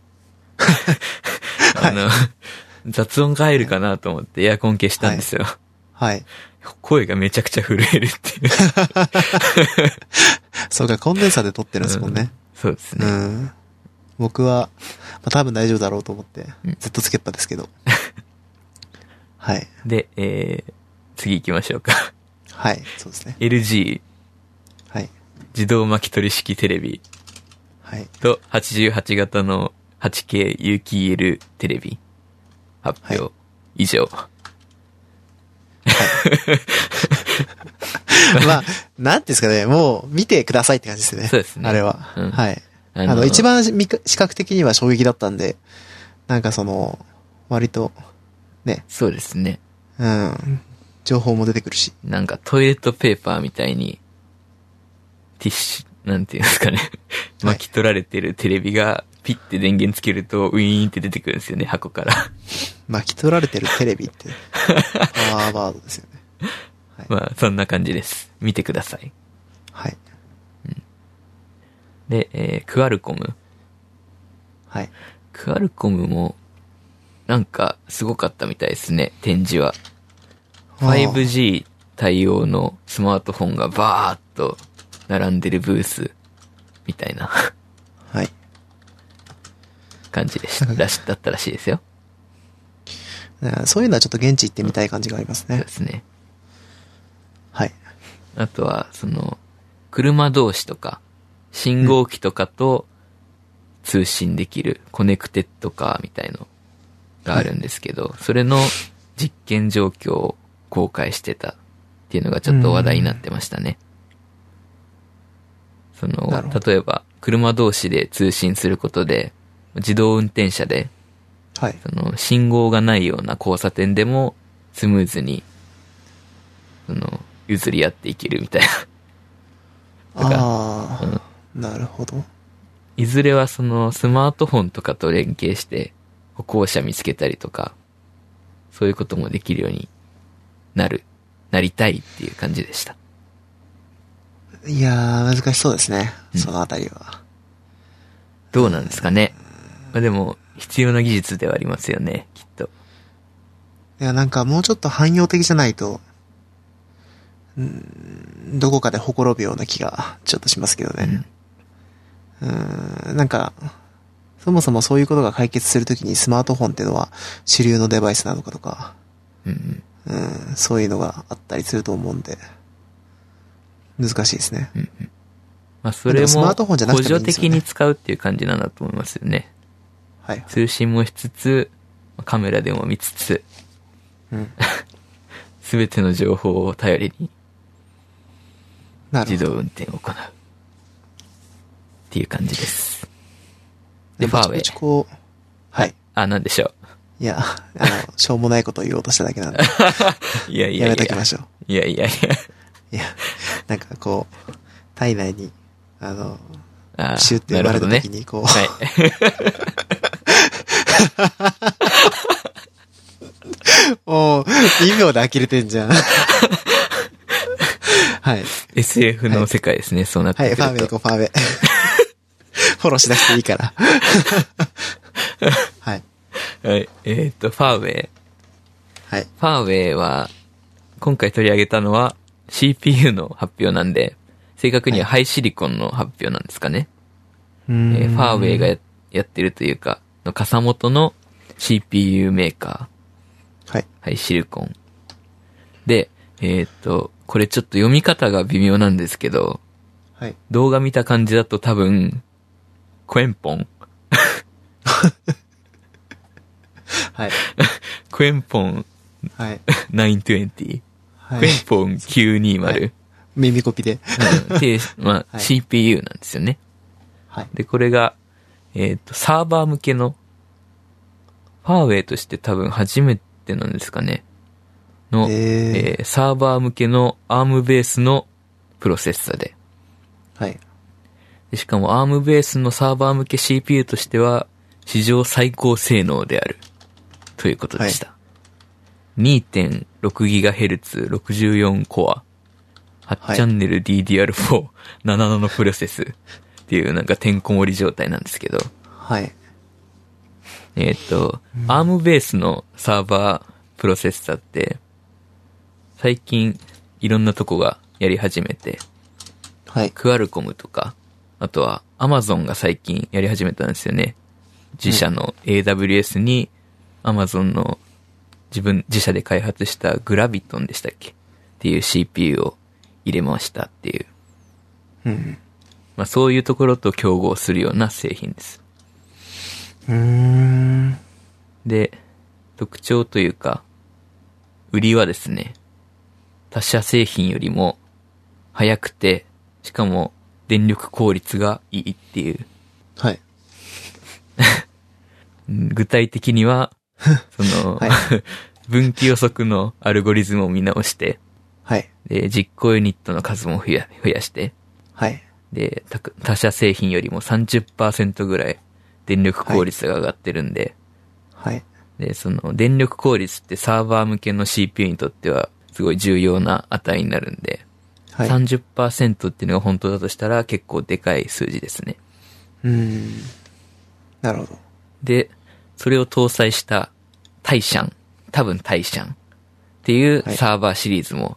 あの、雑音が入るかなと思ってエアコン消したんですよ。はい。声がめちゃくちゃ震えるっていう。そうか、コンデンサーで撮ってるんですもんね。そうですうね。ん。僕は、まあ、多分大丈夫だろうと思ってうん、ずっとつけっぱですけ ど。はい。で、えー、次行きましょうか。 はい。そうですね。 LG はい。自動巻き取り式テレビはい。と88型の 8K 有機 EL テレビ発表、は以上。 まあ、なんていうんですかね、もう見てくださいって感じですね。そうですねあれは。うんはい。ああの、一番みか視覚的には衝撃だったんで、なんかその、割と、ね、そうですね。うん。情報も出てくるし。なんかトイレットペーパーみたいに、ティッシュ、なんていうんですか ね。はい巻き取られてるテレビが、ピッて電源つけると、ウィーンって出てくるんですよね、箱から。 巻き取られてるテレビって、パワーワードですよね。まあ、そんな感じです。見てください。はい。で、えー、クアルコム。はい。クアルコムも、なんか、すごかったみたいですね、展示は。5G 対応のスマートフォンがバーっと並んでるブース、みたいな はい。感じでした。らし、だったらしいですよ。うんそういうのはちょっと現地行ってみたい感じがありますそうねで。すね。はい。あとは、その、車同士とか、信号機とかと通信できる、コネクテッドカーみたいのがあるんですけど、それの実験状況を公開してたっていうのがちょっと話題になってましたね。そのなるほ、例えば、車同士で通信することで、自動運転車で、はい。その信号がないような交差点でもスムーズに、その、譲り合っていけるみたいな。なんかああ、なるほど。いずれはそのスマートフォンとかと連携して歩行者見つけたりとか、そういうこともできるようになる、なりたいっていう感じでした。いやー、難しそうですね。うんそのあたりは。どうなんですかね。まあでも、必要な技術ではありますよね、きっと。いや、なんかもうちょっと汎用的じゃないと、うん、どこかでほころぶような気がちょっとしますけどね。うん、なんか、そもそもそういうことが解決するときにスマートフォンってのは主流のデバイスなのかとか、うんうんうん、そういうのがあったりすると思うんで、難しいですね。まあそれでもスマーも、トフォン補じゃなくてもいい助んですよね的に使うっていう感じなんだと思いますよね。はい。通信もしつつ、カメラでも見つつ、 うん。すべての情報を頼りになる自ほど。動運転を行う。っていう感じです。でで、ファーウぼェちぼちイ。こう、はい。あ、なんでしょ いや、あの、しょうもないことを言おうとしただけなんで、う。いややいやいや。めときましょう。いやいやいいや、なんかこう、体内に、あの、や。あシュッてな生るまほれどたね時。にこう、はい。 もう、2秒で呆れてんじ ゃん。はい。 SF の世界ですね、そうなってはい、くファーウェイる。行ことう、ファーウェイ。 フォローしなくていい から。はい。はい。えーっと、ファーウェイ。はい。ファーウェイは、今回取り上げたのは CPU の発表なんで、正確にはハイシリコンの発表なんですかね。ええーファーウェイがややってるというか、の傘元の CPU メーカー。はい。はい、シリコン。で、えーっと、これちょっと読み方が微妙なんですけど、はい。動画見た感じだと多分、クエンポン。はい。クエンポンはい。 920。はクエンい。ポン920。はい耳コピで。う んっていう、まあ、はい CPU なんですよね。はい。で、これが、えーっと、サーバー向けの、ファーウェイとして多分初めてなんですかね。の、ええーサーバー向けの ARM ベースのプロセッサーで。ー。はい。でしかも ARM ベースのサーバー向け CPU としては、史上最高性能である。ということでした。2.6GHz、64コア、は8いチャンネル DDR4、7ナノプロセスっていうなんかてんこ盛り状態なんですけど、はい。えーっと、ARM ベースのサーバープロセッサーって、最近いろんなとこがやり始めて、はい。クアルコムとか、あとはアマゾンが最近やり始めたんですよね。自社の AWS にアマゾンの自分、自社で開発したグラビトンでしたっけっていう CPU を入れましたっていう。うん。まあそういうところと競合するような製品です。うーん。で、特徴というか、売りはですね、他社製品よりも早くて、しかも電力効率がいいっていう。はい。うん具体的に は、その、はい 分岐予測のアルゴリズムを見直して、はい。で、実行ユニットの数も増や、増やして、はい。で、他他社製品よりも30%ぐらい電力効率が上がってるんで、はい。で、その電力効率ってサーバー向けの CPU にとってはすごい重要な値になるんで、はい。 30%っていうのが本当だとしたら結構でかい数字ですね。うーん。なるほど。で、それを搭載したタイシャン、多分タイシャンっていうはいサーバーシリーズも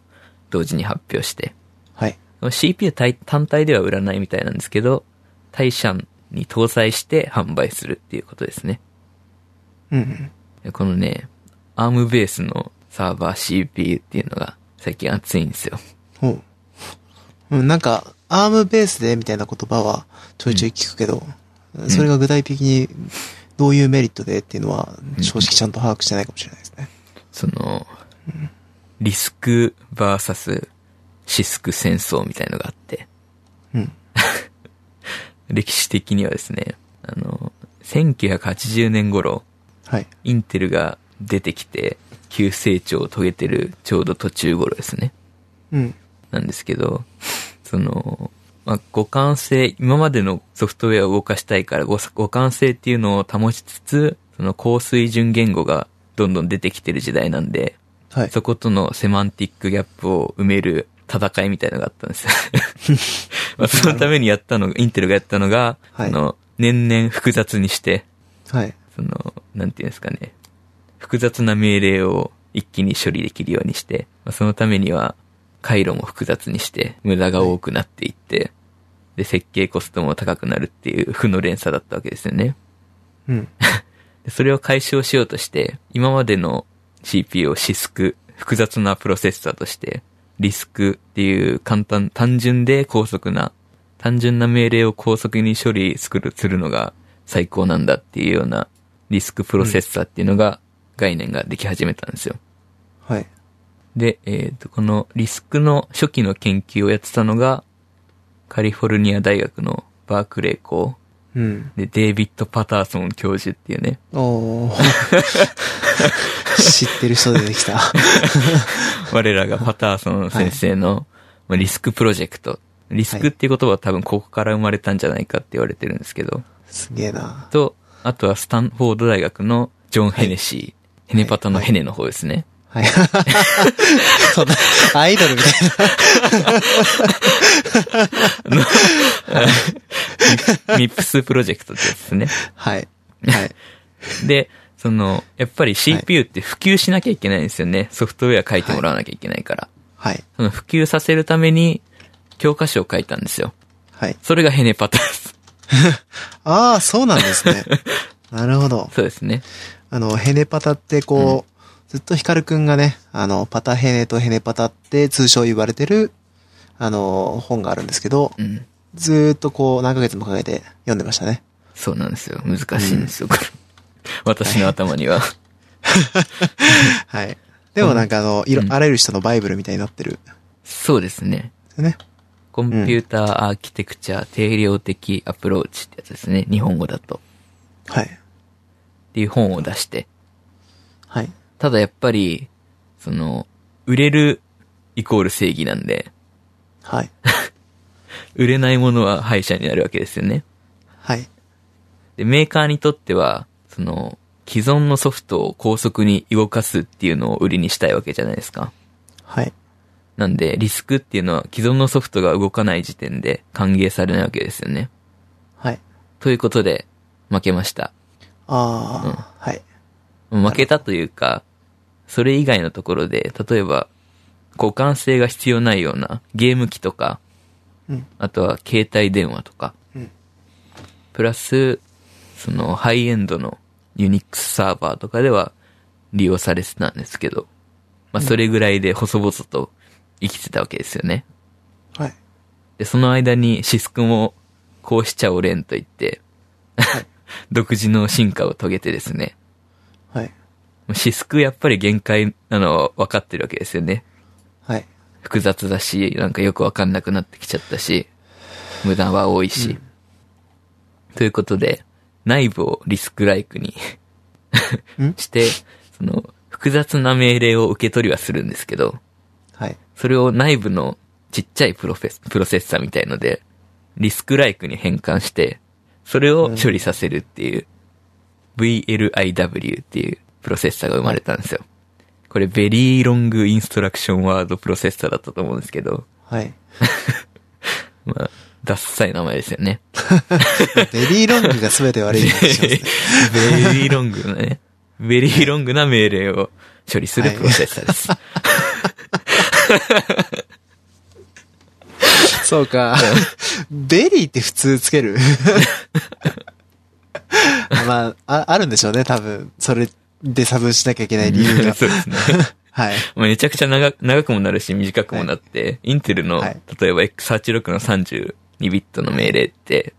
同時に発表して、はい。 CPU 単単体では売らないみたいなんですけど、タイシャンに搭載して販売するっていうことですね。うん。このね、ARM ベースのサーバー CPU っていうのが最近熱いんですよ。ほう。うん、なんか、アームベースでみたいな言葉はちょいちょい聞くけど、それが具体的にどういうメリットでっていうのは、正直ちゃんと把握してないかもしれないですね。その、リスクバーサスシスク戦争みたいのがあって、うん。歴史的にはですね、あの、1980年頃、はい。インテルが出てきて、急成長を遂げてるちょうど途中頃ですね。うん。なんですけど、その、まあ、互換性、今までのソフトウェアを動かしたいから、ご互換性っていうのを保ちつつ、その高水準言語がどんどん出てきてる時代なんで、はい。そことのセマンティックギャップを埋める戦いみたいのがあったんです。 まあそのためにやったのが、インテルがやったのが、はいあの、年々複雑にして、はい。その、なんていうんですかね、複雑な命令を一気に処理できるようにして、まあそのためには回路も複雑にして、無駄が多くなっていって、で、設計コストも高くなるっていう負の連鎖だったわけですよね。うん。でそれを解消しようとして、今までの CPU を CISC、複雑なプロセッサーとして、リスクっていう簡単、単純で高速な、単純な命令を高速に処理作る、するのが最高なんだっていうようなリスクプロセッサーっていうのが、概念ができ始めたんですよ。はい。で、えっ、と、このリスクの初期の研究をやってたのが、カリフォルニア大学のバークレー校うん。で、デイビッド・パターソン教授っていうね、お ー。知ってる人出てきた。我らがパターソン先生のまあリスクプロジェクト。リスクっていう言葉は多分ここから生まれたんじゃないかって言われてるんですけど。すげえな。と、あとはスタンフォード大学のジョン・ヘネシー。ヘネパタのヘネの方ですね。 はい。そんな、アイドルみたいな。ミップスプロジェクトってやつですね。はい。はい。で、その、やっぱり CPU って普及しなきゃいけないんですよね。ソフトウェア書いてもらわなきゃいけないから。はい。その普及させるために教科書を書いたんですよ。はい。それがヘネパタです。ああ、そうなんです ね。なるほど。そうですね。あの、ヘネパタってこう、ずっとヒカルくんがね、あの、パタヘネとヘネパタって通称言われてる、あの、本があるんですけど、うん。ずーっとこう、何ヶ月もかけて読んでました ね。そうなんですよ。難しいんですよ、これ。私の頭には。はい。でもなんかあの、いろ、あらゆる人のバイブルみたいになってる。そうですね。ね。コンピューターアーキテクチャ定量的アプローチってやつですね。日本語だと。はい。っていう本を出して。はい。ただやっぱり、その、売れるイコール正義なんで、はい。売れないものは敗者になるわけですよね。はい。で、メーカーにとっては、その、既存のソフトを高速に動かすっていうのを売りにしたいわけじゃないですか。はい。なんで、リスクっていうのは既存のソフトが動かない時点で歓迎されないわけですよね。はい。ということで、負けました。ああ、はい。負けたというか、それ以外のところで、例えば、互換性が必要ないようなゲーム機とか、うん。あとは携帯電話とか、うんプラス、そのハイエンドの Unix サーバーとかでは利用されてたんですけど、まあそれぐらいで細々と生きてたわけですよね。はい。で、その間にシスクもこうしちゃおれんと言って、 独自の進化を遂げてですね、はい。シスクやっぱり限界なのは分かってるわけですよね。はい。複雑だし、なんかよく分かんなくなってきちゃったし、無駄は多いし。ということで、内部をリスクライクにん して、その、複雑な命令を受け取りはするんですけど、はい。それを内部のちっちゃいプロフェスプロセッサーみたいので、リスクライクに変換して、それを処理させるっていう、VLIW っていうプロセッサーが生まれたんですよ。これ、ベリーロングインストラクションワードプロセッサーだったと思うんですけど、 はい。まあ、ダッサい名前ですよね。ベリーロングが全て悪い気がしますね。ベリーロングのね、ベリーロングな命令を処理するプロセッサーです。 そうか。ベリーって普通つける まあ、あ、あるんでしょうね、多分。それで差分しなきゃいけない理由が。 そうですね。はい。まあめちゃくちゃ長長くもなるし短くもなって、インテルの、はい例えば X86 の32ビットの命令って、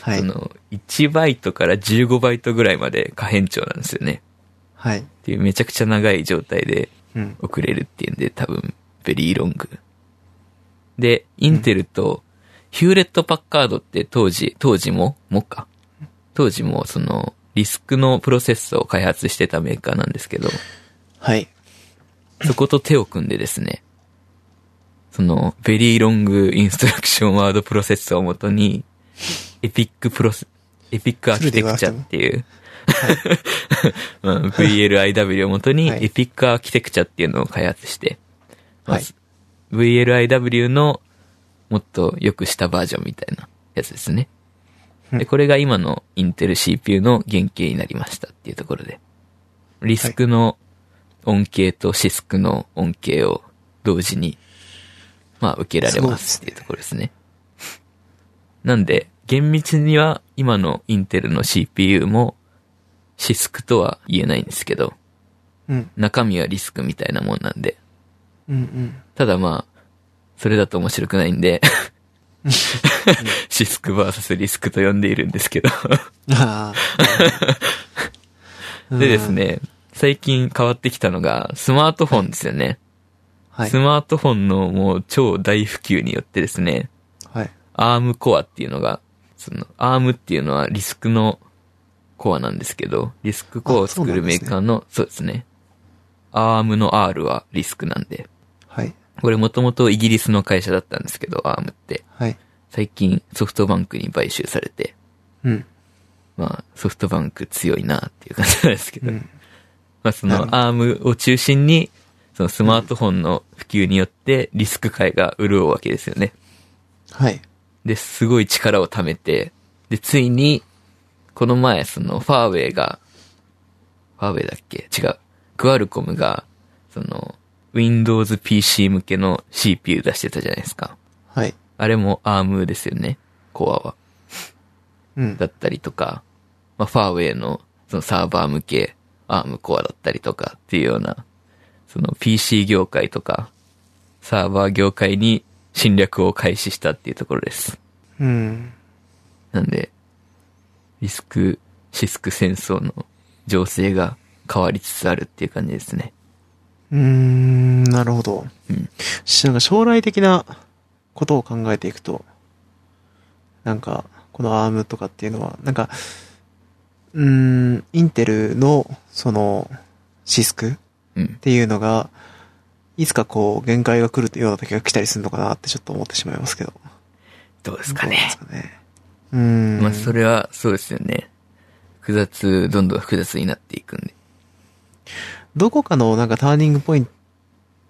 はそい。の1バイトから15バイトぐらいまで可変調なんですよね。はい。っていうめちゃくちゃ長い状態でうん。遅れるっていうんで多分ベリーロング。で、インテルとヒューレット・パッカードって当時、当時も、もっか。当時もそのリスクのプロセッサーを開発してたメーカーなんですけど、はい。そこと手を組んでですね、その、ベリーロングインストラクションワードプロセッサーをもとに、エピックプロセ、エピックアーキテクチャっていう、 まあ VLIW をもとに、はいエピックアーキテクチャっていうのを開発して、まあはい VLIW のもっと良くしたバージョンみたいなやつですね。うんで、これが今のインテル CPU の原型になりましたっていうところで。リスクの恩恵とシスクの恩恵を同時に、まあ受けられますっていうところですね。なんで、厳密には今のインテルの CPU もシスクとは言えないんですけど、うん。中身はリスクみたいなもんなんで、うんうん。ただまあ、それだと面白くないんで、シスク VS リスクと呼んでいるんですけど。ああ。 でですね、最近変わってきたのが、スマートフォンですよね。はいス。マートフォンのもう超大普及によってですね、はい。 ARM コアっていうのが、その ARM っていうのはリスクのコアなんですけど、リスクコアを作るメーカーの、そうですね。ARM の R はリスクなんで。はい。これもともとイギリスの会社だったんですけど、ARM って。はい。最近ソフトバンクに買収されて、うん。まあソフトバンク強いなっていう感じなんですけどう。ん。まあ、そなるのほど ARM を中心に、そのスマートフォンの普及によってリスク界が潤うわけですよね。はい。で、すごい力を貯めて、で、ついに、この前、その、ファーウェイが、ファーウェイだっけ違う。クアルコムが、その、Windows PC 向けの CPU 出してたじゃないですか。はい。あれも ARM ですよね。コアは。うん。だったりとか、まあ、ファーウェイのそのサーバー向け ARM コアだったりとかっていうような、その PC 業界とか、サーバー業界に侵略を開始したっていうところです。うん。なんで、リスク、シスク戦争の情勢が変わりつつあるっていう感じですね。うーん、なるほど。うんしなんか将来的なことを考えていくと、なんか、このアームとかっていうのは、なんか、うーん、インテルの、その、シスクっうん。ていうのが、いつかこう、限界が来るような時が来たりするのかなってちょっと思ってしまいますけど。どうでですかね。ですかね。うーん。まあ、それはそうですよね。複雑、どんどん複雑になっていくんで。どこかのなんかターニングポイン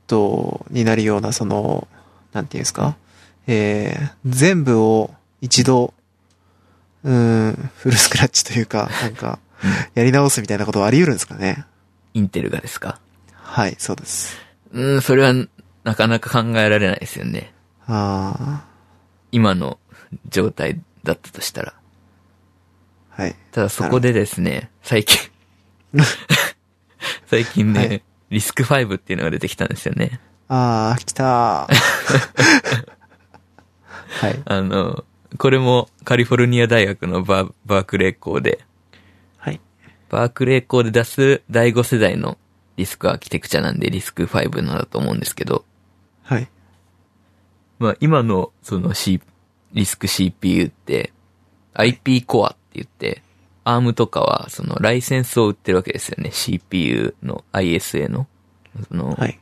トになるような、その、なんていうんですかえー、全部を一度、うーん、フルスクラッチというか、なんか、やり直すみたいなことはあり得るんですかねインテルがですかはい、そうです。うん、それはなかなか考えられないですよね。あ今の状態だったとしたら。ー、はい。ただそこでですね、最 近、最近ね、はいリスク5っていうのが出てきたんですよね。あー、来たー。はい、あの、これもカリフォルニア大学のバーバークレー校で、はい、バークレー校で出す第5世代のリスクアーキテクチャなんでリスク5なんだと思うんですけど、はい、まあ今のその C、リスク CPU って IP コアって言って、ARM とかはそのライセンスを売ってるわけですよね。CPU の ISA の、そのはい、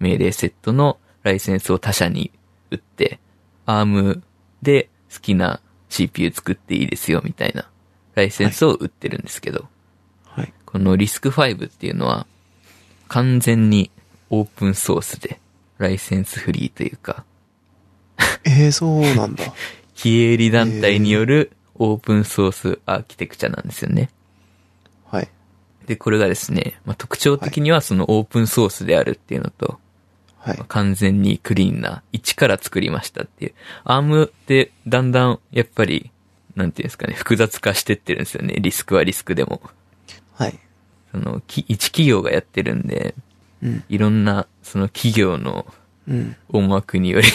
命令セットのライセンスを他社に売って、ARM で好きな CPU 作っていいですよみたいなライセンスを売ってるんですけど、はい、このリスク5っていうのは完全にオープンソースでライセンスフリーというか、えー、そうなんだ。非営利団体によるオープンソースアーキテクチャなんですよね。はい、で、これがですね、まあ、特徴的にはそのオープンソースであるっていうのと、はいまあ、完全にクリーンな、一から作りましたっていう。アームってだんだんやっぱり、なんていうんですかね、複雑化してってるんですよね。リスクはリスクでも。はい。その、き一企業がやってるんで、うん。いろんな、その企業のうん。思惑により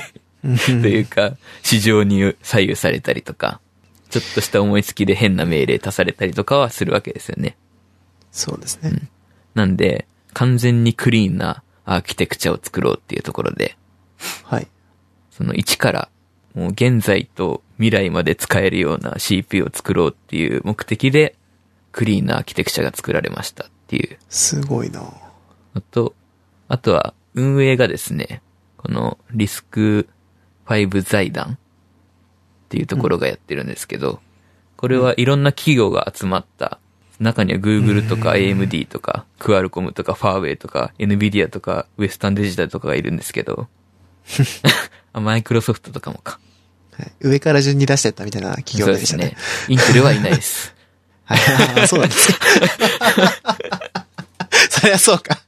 というか、市場に左右されたりとか、ちょっとした思いつきで変な命令足されたりとかはするわけですよね。そうですね。なんで、完全にクリーンなアーキテクチャを作ろうっていうところで、はい。その一から、もう現在と未来まで使えるような CPU を作ろうっていう目的で、クリーンなアーキテクチャが作られましたっていうすごいなあと、あとは運営がですね、このリスク5財団っていうところがやってるんですけど、これはいろんな企業が集まった、中には Google とか AMD とか、クアルコムとかファーウェイとか、NVIDIA とか、ウエスタンデジタルとかがいるんですけ ど、あ、マイクロソフトとかもか。はい上から順に出してったみたいな企業そ名うででしすたねね。。インテルはいないです。はい あそうなんですか。そりゃそうか。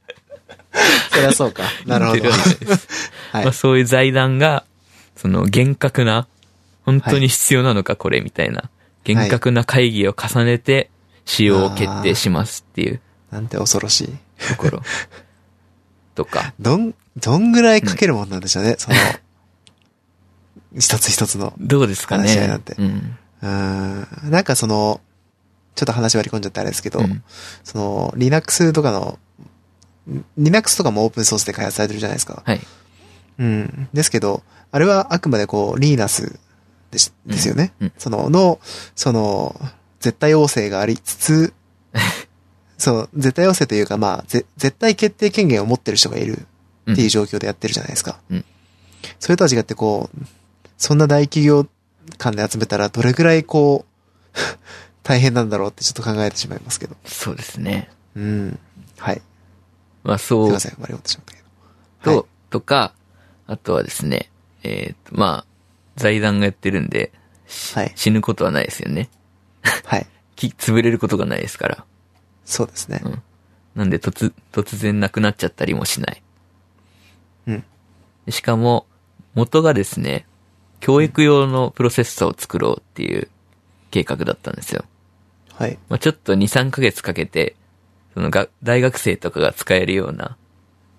そりゃそうか。 なるほ インテどル。はいないです。はいまあ、。そういう財団が、その厳格な、本当に必要なのかこれみたいな、厳格な会議を重ねて使用を決定しますっていうなんて恐ろしい。と ころとか、どん、どんぐらいかけるもんなんでしょうね、その、一つ一つの。どうですか話し合いなんねて。うん。うーん。なんかその、ちょっと話割り込んじゃってあれですけど、うんその、Linux とかの、ん Linux とかもオープンソースで開発されてるじゃないですか。はい。うん。ですけど、あれはあくまでこう、リーナスでしですよね。うんうんその、の、その、絶対要請がありつ つ、その、絶対要請というか、まあ、ぜ絶対決定権限を持ってる人がいるうんっていう状況でやってるじゃないですか。うんそれとは違って、こう、そんな大企業間で集めたら、どれぐらいこう、 大変なんだろうってちょっと考えてしまいますけど。そうですね。うん。はい。まあすいそうません。割り込んでしまったけど。と、とか、あとはですね、えっ、と、まあ、財団がやってるんで、しはい死ぬことはないですよね。はい。はい。き潰れることがないですから。そうですね。うん。なんで、突、突然なくなっちゃったりもしない。うん。しかも、元がですね、教育用のプロセッサーを作ろうっていう計画だったんですよ。はい。まあ、ちょっと2、3ヶ月かけて、そのが、大学生とかが使えるような、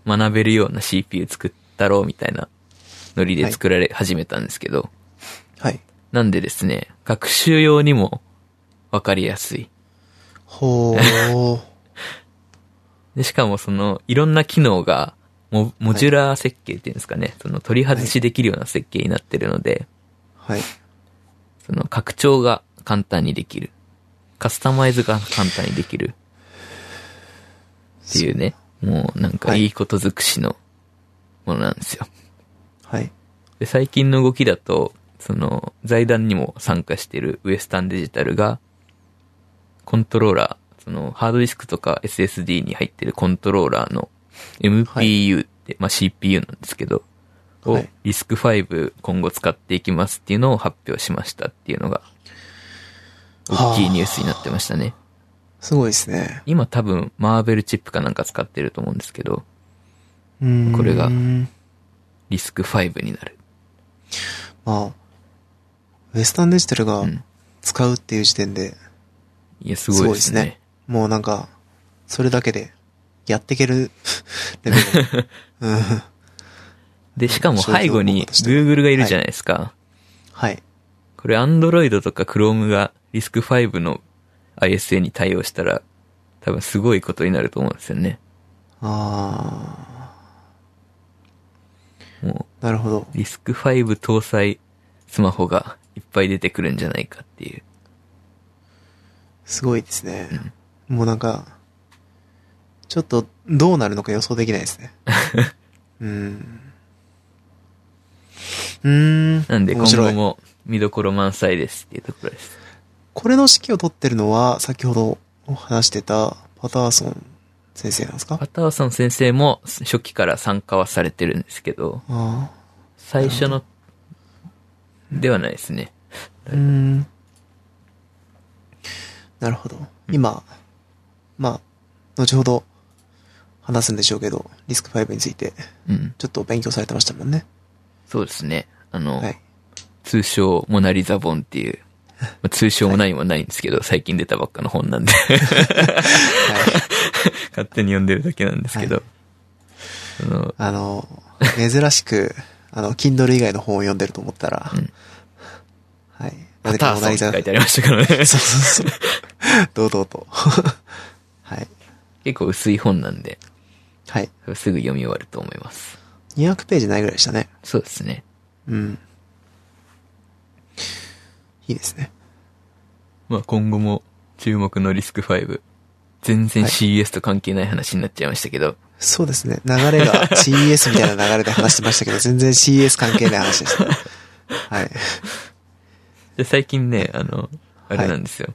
学べるような CPU 作ったろうみたいなノリで作られ、始めたんですけど、はい。なんでですね、学習用にもわかりやすい。ほー。で、しかもその、いろんな機能が、モモジュラー設計っていうんですかね、その取り外しできるような設計になってるので、 はい。その拡張が簡単にできる。カスタマイズが簡単にできる。っていうね、もうなんかはいいいこと尽くしのものなんですよ。はい。で、最近の動きだと、その、財団にも参加してるウエスタンデジタルが、コントローラー、その、ハードディスクとか SSD に入ってるコントローラーの MPU って、まあ CPU なんですけど、を、はいリスク5今後使っていきますっていうのを発表しましたっていうのが、大きいニュースになってましたね。すごいですね。今多分、マーベルチップかなんか使ってると思うんですけど、うーんこれがリスク5になる。まあ、ウエスタンデジタルがうん使うっていう時点で、いや、すごいですね。もうなんか、それだけで、やっていける レベ ル。うん。で、しかも背後に商標法 Google がいるじゃないですか。はい。これ Android とか Chrome が RISC-5 の ISA に対応したら、多分すごいことになると思うんですよね。あもー、なるほど。う RISC-5 搭載スマホがいっぱい出てくるんじゃないかっていう。すごいですね。もうなんか、ちょっと、どうなるのか予想できない ですね。うん。うーん。なんで今面白後いも見どころ満載ですっていうところです。これの指揮を取ってるのは、先ほど話してたパターソン先生なんですかパターソン先生も初期から参加はされてるんですけど、あ最初の、ではないですね。あ。うーん。なるほど。今、まあ、後ほど話すんでしょうけど、リスク5について、うん。ちょっと勉強されてましたもんね。そうですね。あの、はい。 通称モナリザ本っていう、まあ通称も何もないんですけど、最 近出たばっかの本なんで、は勝手に読んでるだけなんですけど、はその、あの、珍しく、あの、Kindle 以外の本を読んでると思ったら、うんはい。なパぜタかーモソナンっリてザ。書いてありましたからね。 そうそうそう。堂々と。 はい。結構薄い本な んで、はい。すぐ読み終わると思います。 200ページないぐらいでしたね。そうですね。うん。いいですね。まあ今後も注目のリスク5。全然 CS と関係ない話になっちゃいましたけど、そうですね。流れが CES みたいな流れで話してましたけど、全然 CES 関係ない話でした。はい。で最近ね、あの、あれなんですよ、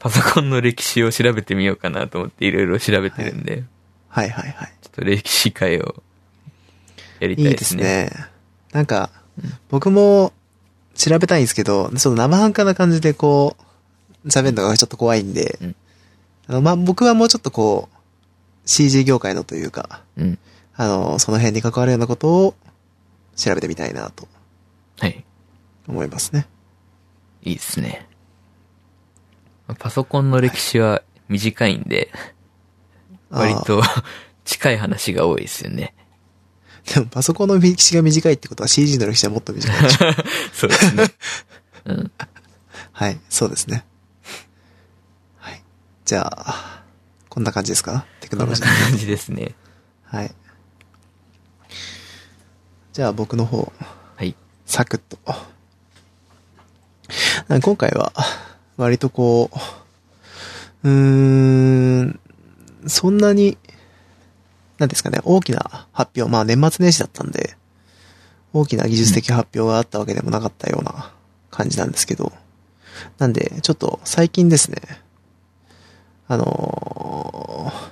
パソコンの歴史を調べてみようかなと思っていろいろ調べてるんで、はいはいはい。ちょっと歴史会をやりたいいいでですすね。ね。なんか、僕も調べたいんですけど、その生半可な感じでこう、喋るのがちょっと怖いんで、うんあの、まあ、僕はもうちょっとこう、CG 業界のというか、うん。あの、その辺に関わるようなことを調べてみたいなとはい。思いますね。いいですね。パソコンの歴史は短いんで、割あと 近い話が多いですよね。ー。でもパソコンの歴史が短いってことは CG の歴史はもっと短 いでしょ。そうです ね。うん。はい、そうですね。はい。じゃあ、こんな感じですかテクこノんロなジー。感じですね。はい。じゃあ僕の方、はい。サクッと。なんか今回は、割とこう、うーん、そんなに、なんですかね、大きな発表、まあ年末年始だったんで、大きな技術的発表があったわけでもなかったような感じなんですけど、なんで、ちょっと最近ですね、あのー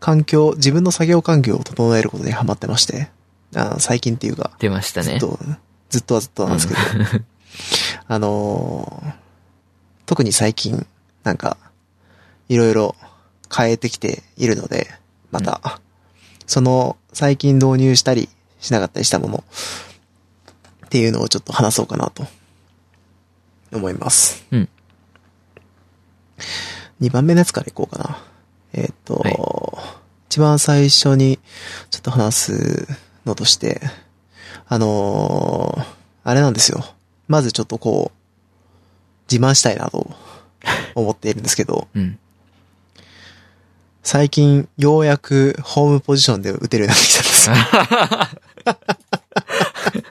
環境、自分の作業環境を整えることにハマってまして、あー最近っていうか、出ましたねずっ。と、ずっとはずっとなん ですけど、あのー特に最近、なんか、いろいろ変えてきているので、また、その、最近導入したり、しなかったりしたもの、っていうのをちょっと話そうかなと、思います。うん。 2番目のやつからいこうかな。えーっと、はい一番最初にちょっと話すのとして、あのーあれなんですよ。まずちょっとこう、自慢したいなと思っているんですけど、うん。最近ようやくホームポジションで打てるようになってきたんです よ。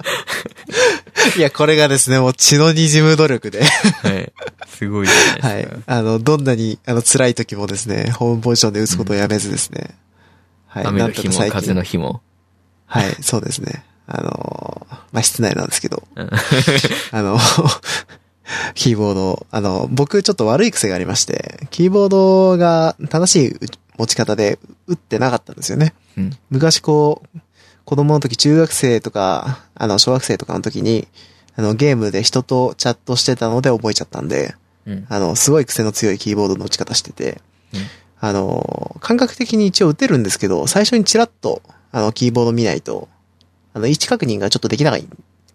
いや、これがですね、もう血の滲む努力で。はい。すごいじゃなはいでいすか。。あの、どんなに、あの、辛い時もですね、ホームポジションで打つことをやめずですね。はい。雨なのんと日かも最風近の。日も。はい、そうですね。あのー、まあ、室内なんですけど、うんあの、 キーボード、あの、僕ちょっと悪い癖がありまして、キーボードが正しい持ち方で打ってなかったんですよね。うん。昔こう、子供の時中学生とか、あの、小学生とかの時に、あの、ゲームで人とチャットしてたので覚えちゃったんで、うん。あの、すごい癖の強いキーボードの打ち方してて、うんあの、感覚的に一応打てるんですけど、最初にチラッと、あの、キーボード見ないと、あの、位置確認がちょっとできない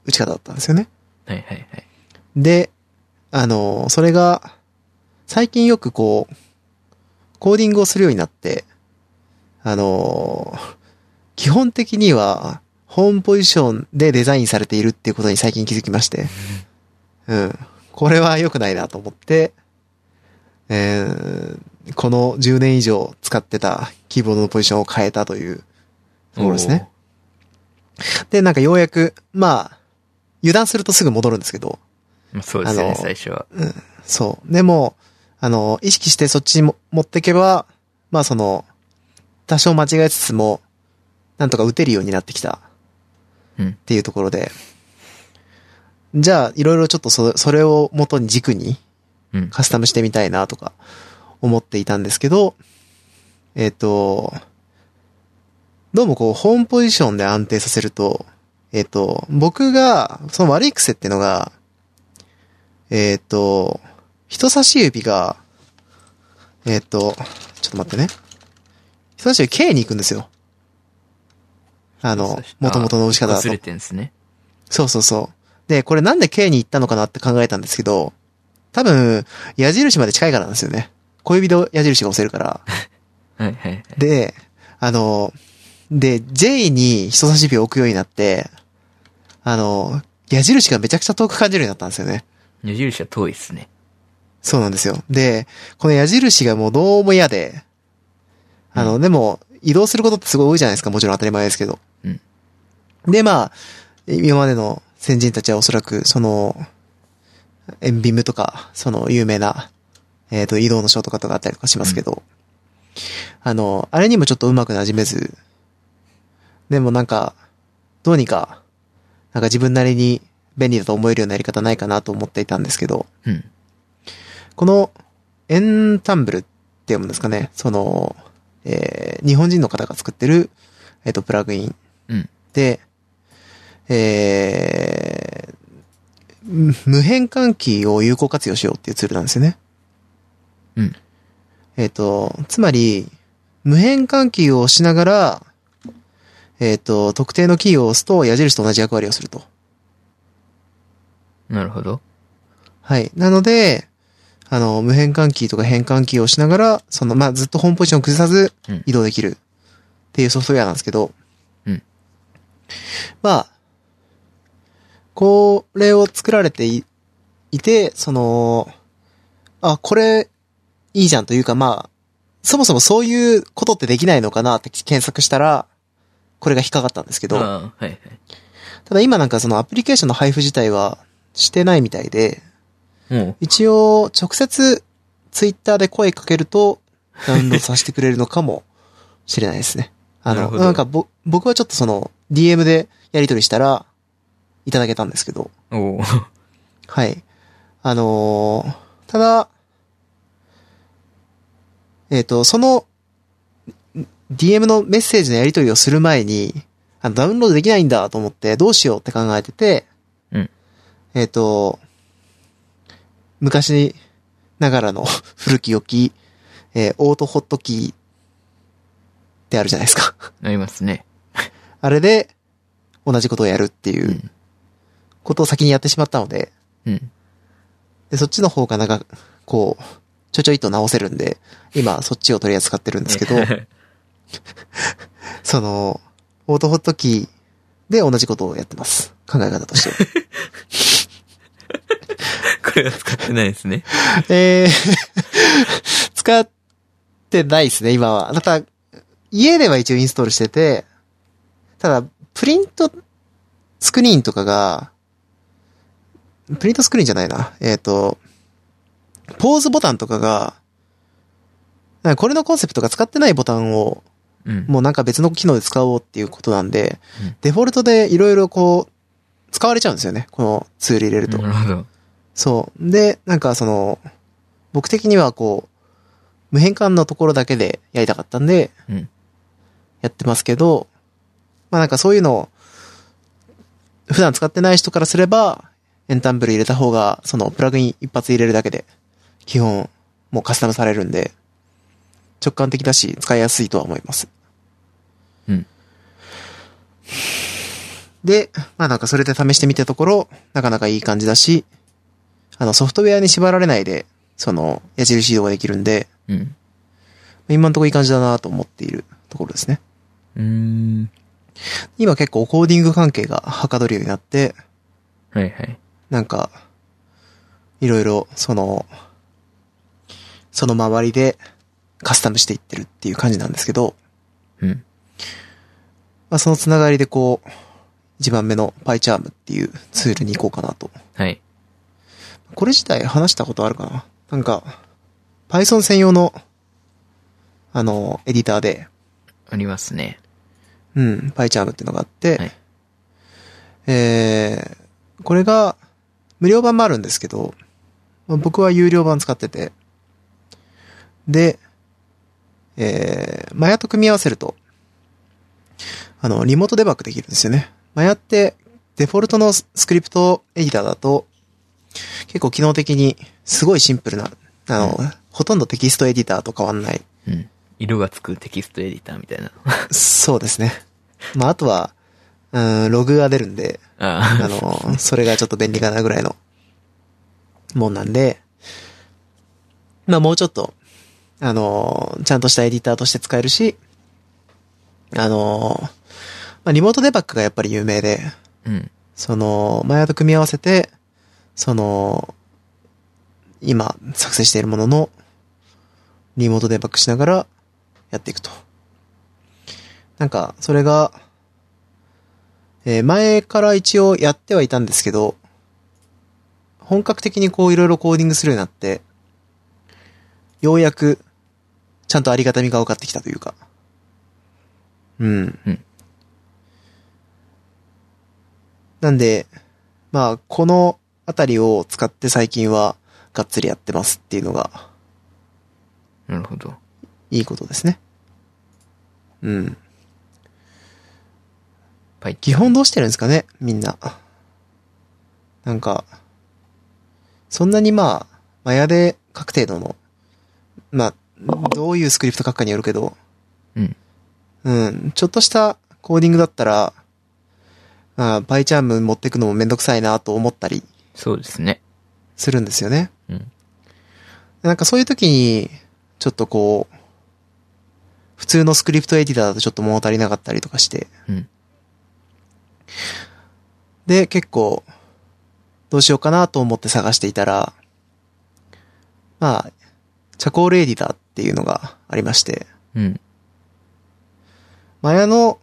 打ち方だったんですよね。はいはいはい。で、あの、それが、最近よくこう、コーディングをするようになって、あの、基本的には、ホームポジションでデザインされているっていうことに最近気づきまして、うん。これは良くないなと思って、えー、この10年以上使ってたキーボードのポジションを変えたというところですね。で、なんかようやく、まあ、油断するとすぐ戻るんですけど、おー。まあ、そうですあよね、の最初は。そう。でも、あの、意識してそっちにも持っていけば、まあその、多少間違えつつも、なんとか打てるようになってきた。うんっていうところで。じゃあ、いろいろちょっとそそれを元に軸にうん。カスタムしてみたいなとか思っていたんですけど、えっ、と、どうもこう、ホームポジションで安定させると、えっ、と、僕が、その悪い癖ってのが、えっ、と、人差し指が、えっ、と、ちょっと待ってね。人差し指 K に行くんですよ。あの、元々の打ち方だ忘とれ。てんですね。そうそうそう。で、これなんで K に行ったのかなって考えたんですけど、多分、矢印まで近いからなんですよね。小指で矢印が押せるから。はいはいはい。で、あの、で、J に人差し指を置くようになって、あの、矢印がめちゃくちゃ遠く感じるようになったんですよね。矢印は遠いですね。そうなんですよ。で、この矢印がもうどうも嫌で、あの、でも、移動することってすごい多いじゃないですか。もちろん当たり前ですけど。うんで、まあ、今までの先人たちはおそらく、その、エンビムとか、その有名な、えっ、と、移動のショートカットがあったりとかしますけど、あの、あれにもちょっとうまくなじめず、でもなんか、どうにか、なんか自分なりに便利だと思えるようなやり方ないかなと思っていたんですけど、うん。この、エンタンブルって読むんですかね。その、えー日本人の方が作ってる、えっ、と、プラグインうん。で、えーむ無変換キーを有効活用しようっていうツールなんですよね。うん。えっ、と、つまり、無変換キーを押しながら、えっ、と、特定のキーを押すと矢印と同じ役割をすると。なるほど。はい。なので、あの、無変換キーとか変換キーをしながら、その、まあ、ずっとホームポジションを崩さずうん移動できるっていうソフトウェアなんですけど、うんまあ、これを作られていいて、その、あ、これ、いいじゃんというか、まあ、そもそもそういうことってできないのかなって検索したら、これが引っかかったんですけど、ああ、はいただ今なんかそのアプリケーションの配布自体はしてないみたいで、はい。も一応、直接、ツイッターで声かけると、ダウンロードさせてくれるのかもしれないですね。あ なるの、ほどなんかぼ、僕はちょっとその、DM でやり取りしたら、いただけたんですけど、う、おお。はい。あのーただ、えっ、と、その、ん DM のメッセージのやり取りをする前に、あの、ダウンロードできないんだと思って、どうしようって考えてて、うんえっ、と、昔ながらの 古き良き、えーオートホットキーってあるじゃないですか。なりますね。。あれで、同じことをやるっていううんことを先にやってしまったので、うん。で、そっちの方がなんか、こう、ちょちょいと直せるんで、今、そっちを取り扱ってるんですけ ど、その、オートホットキーで同じことをやってます。考え方としては。これは使ってないですね。えー 使ってないですね、今は。ただ、家では一応インストールしてて、ただ、プリントスクリーンとかが、プリントスクリーンじゃないな。えっ、と、ポーズボタンとかが、なんかこれのコンセプトが使ってないボタンをうん。もうなんか別の機能で使おうっていうことなんで、うんデフォルトでいろいろこう、使われちゃうんですよね。このツール入れると。なるほど。そう。で、なんかその、僕的にはこう、無変換のところだけでやりたかったんで、うんやってますけど、まあなんかそういうのを、普段使ってない人からすれば、エンタンブル入れた方が、そのプラグイン一発入れるだけで、基本、もうカスタムされるんで、直感的だし、使いやすいとは思います。うん。で、まあなんかそれで試してみたところ、なかなかいい感じだし、あの、ソフトウェアに縛られないで、その、矢印移動ができるんで、うん。今のところいい感じだなと思っているところですね。うーん。今結構コーディング関係がはかどるようになって、はいはい。なんか、いろいろ、その、その周りでカスタムしていってるっていう感じなんですけど、うん。まあ、そのつながりでこう、一番目の PyCharm っていうツールに行こうかなとはい。これ自体話したことあるかななんか、Python 専用の、あの、エディターで、ありますね。うん、PyCharm っていうのがあって、はいえー、これが、無料版もあるんですけど、まあ僕は有料版使ってて、で、えー、マヤと組み合わせると、あの、リモートデバッグできるんですよね。マヤって、デフォルトのスクリプトエディターだと、結構機能的に、すごいシンプルな、あの、ほとんどテキストエディターと変わんないうん。色がつくテキストエディターみたい な。そうですね。まあ、あとは、うん、ログが出るんで、あああ。の、それがちょっと便利かなぐらいのもんなんで、まあ、もうちょっと、あの、ちゃんとしたエディターとして使えるし、あのーまあ、リモートデバッグがやっぱり有名で、うん。その、マイヤーと組み合わせて、その、今作成しているものの、リモートデバッグしながらやっていくと。なんか、それが、えー前から一応やってはいたんですけど、本格的にこういろいろコーディングするようになって、ようやく、ちゃんとありがたみが分かってきたというか。うん。うんなんで、まあ、このあたりを使って最近は、がっつりやってますっていうのが、なるほど。いいことですね。うん。パイ基本どうしてるんですかねみんな。なんか、そんなにまあ、マヤで書く程度の、まあ、どういうスクリプト書くかによるけど、うん。うん、ちょっとしたコーディングだったら、ああ、パイチャーム持ってくのもめんどくさいなと思ったりそうですね。するんですよね。うん。なんかそういう時に、ちょっとこう、普通のスクリプトエディターだとちょっと物足りなかったりとかして、うん。で、結構、どうしようかなと思って探していたら、まあ、チャコールエディターっていうのがありまして、うん。マヤの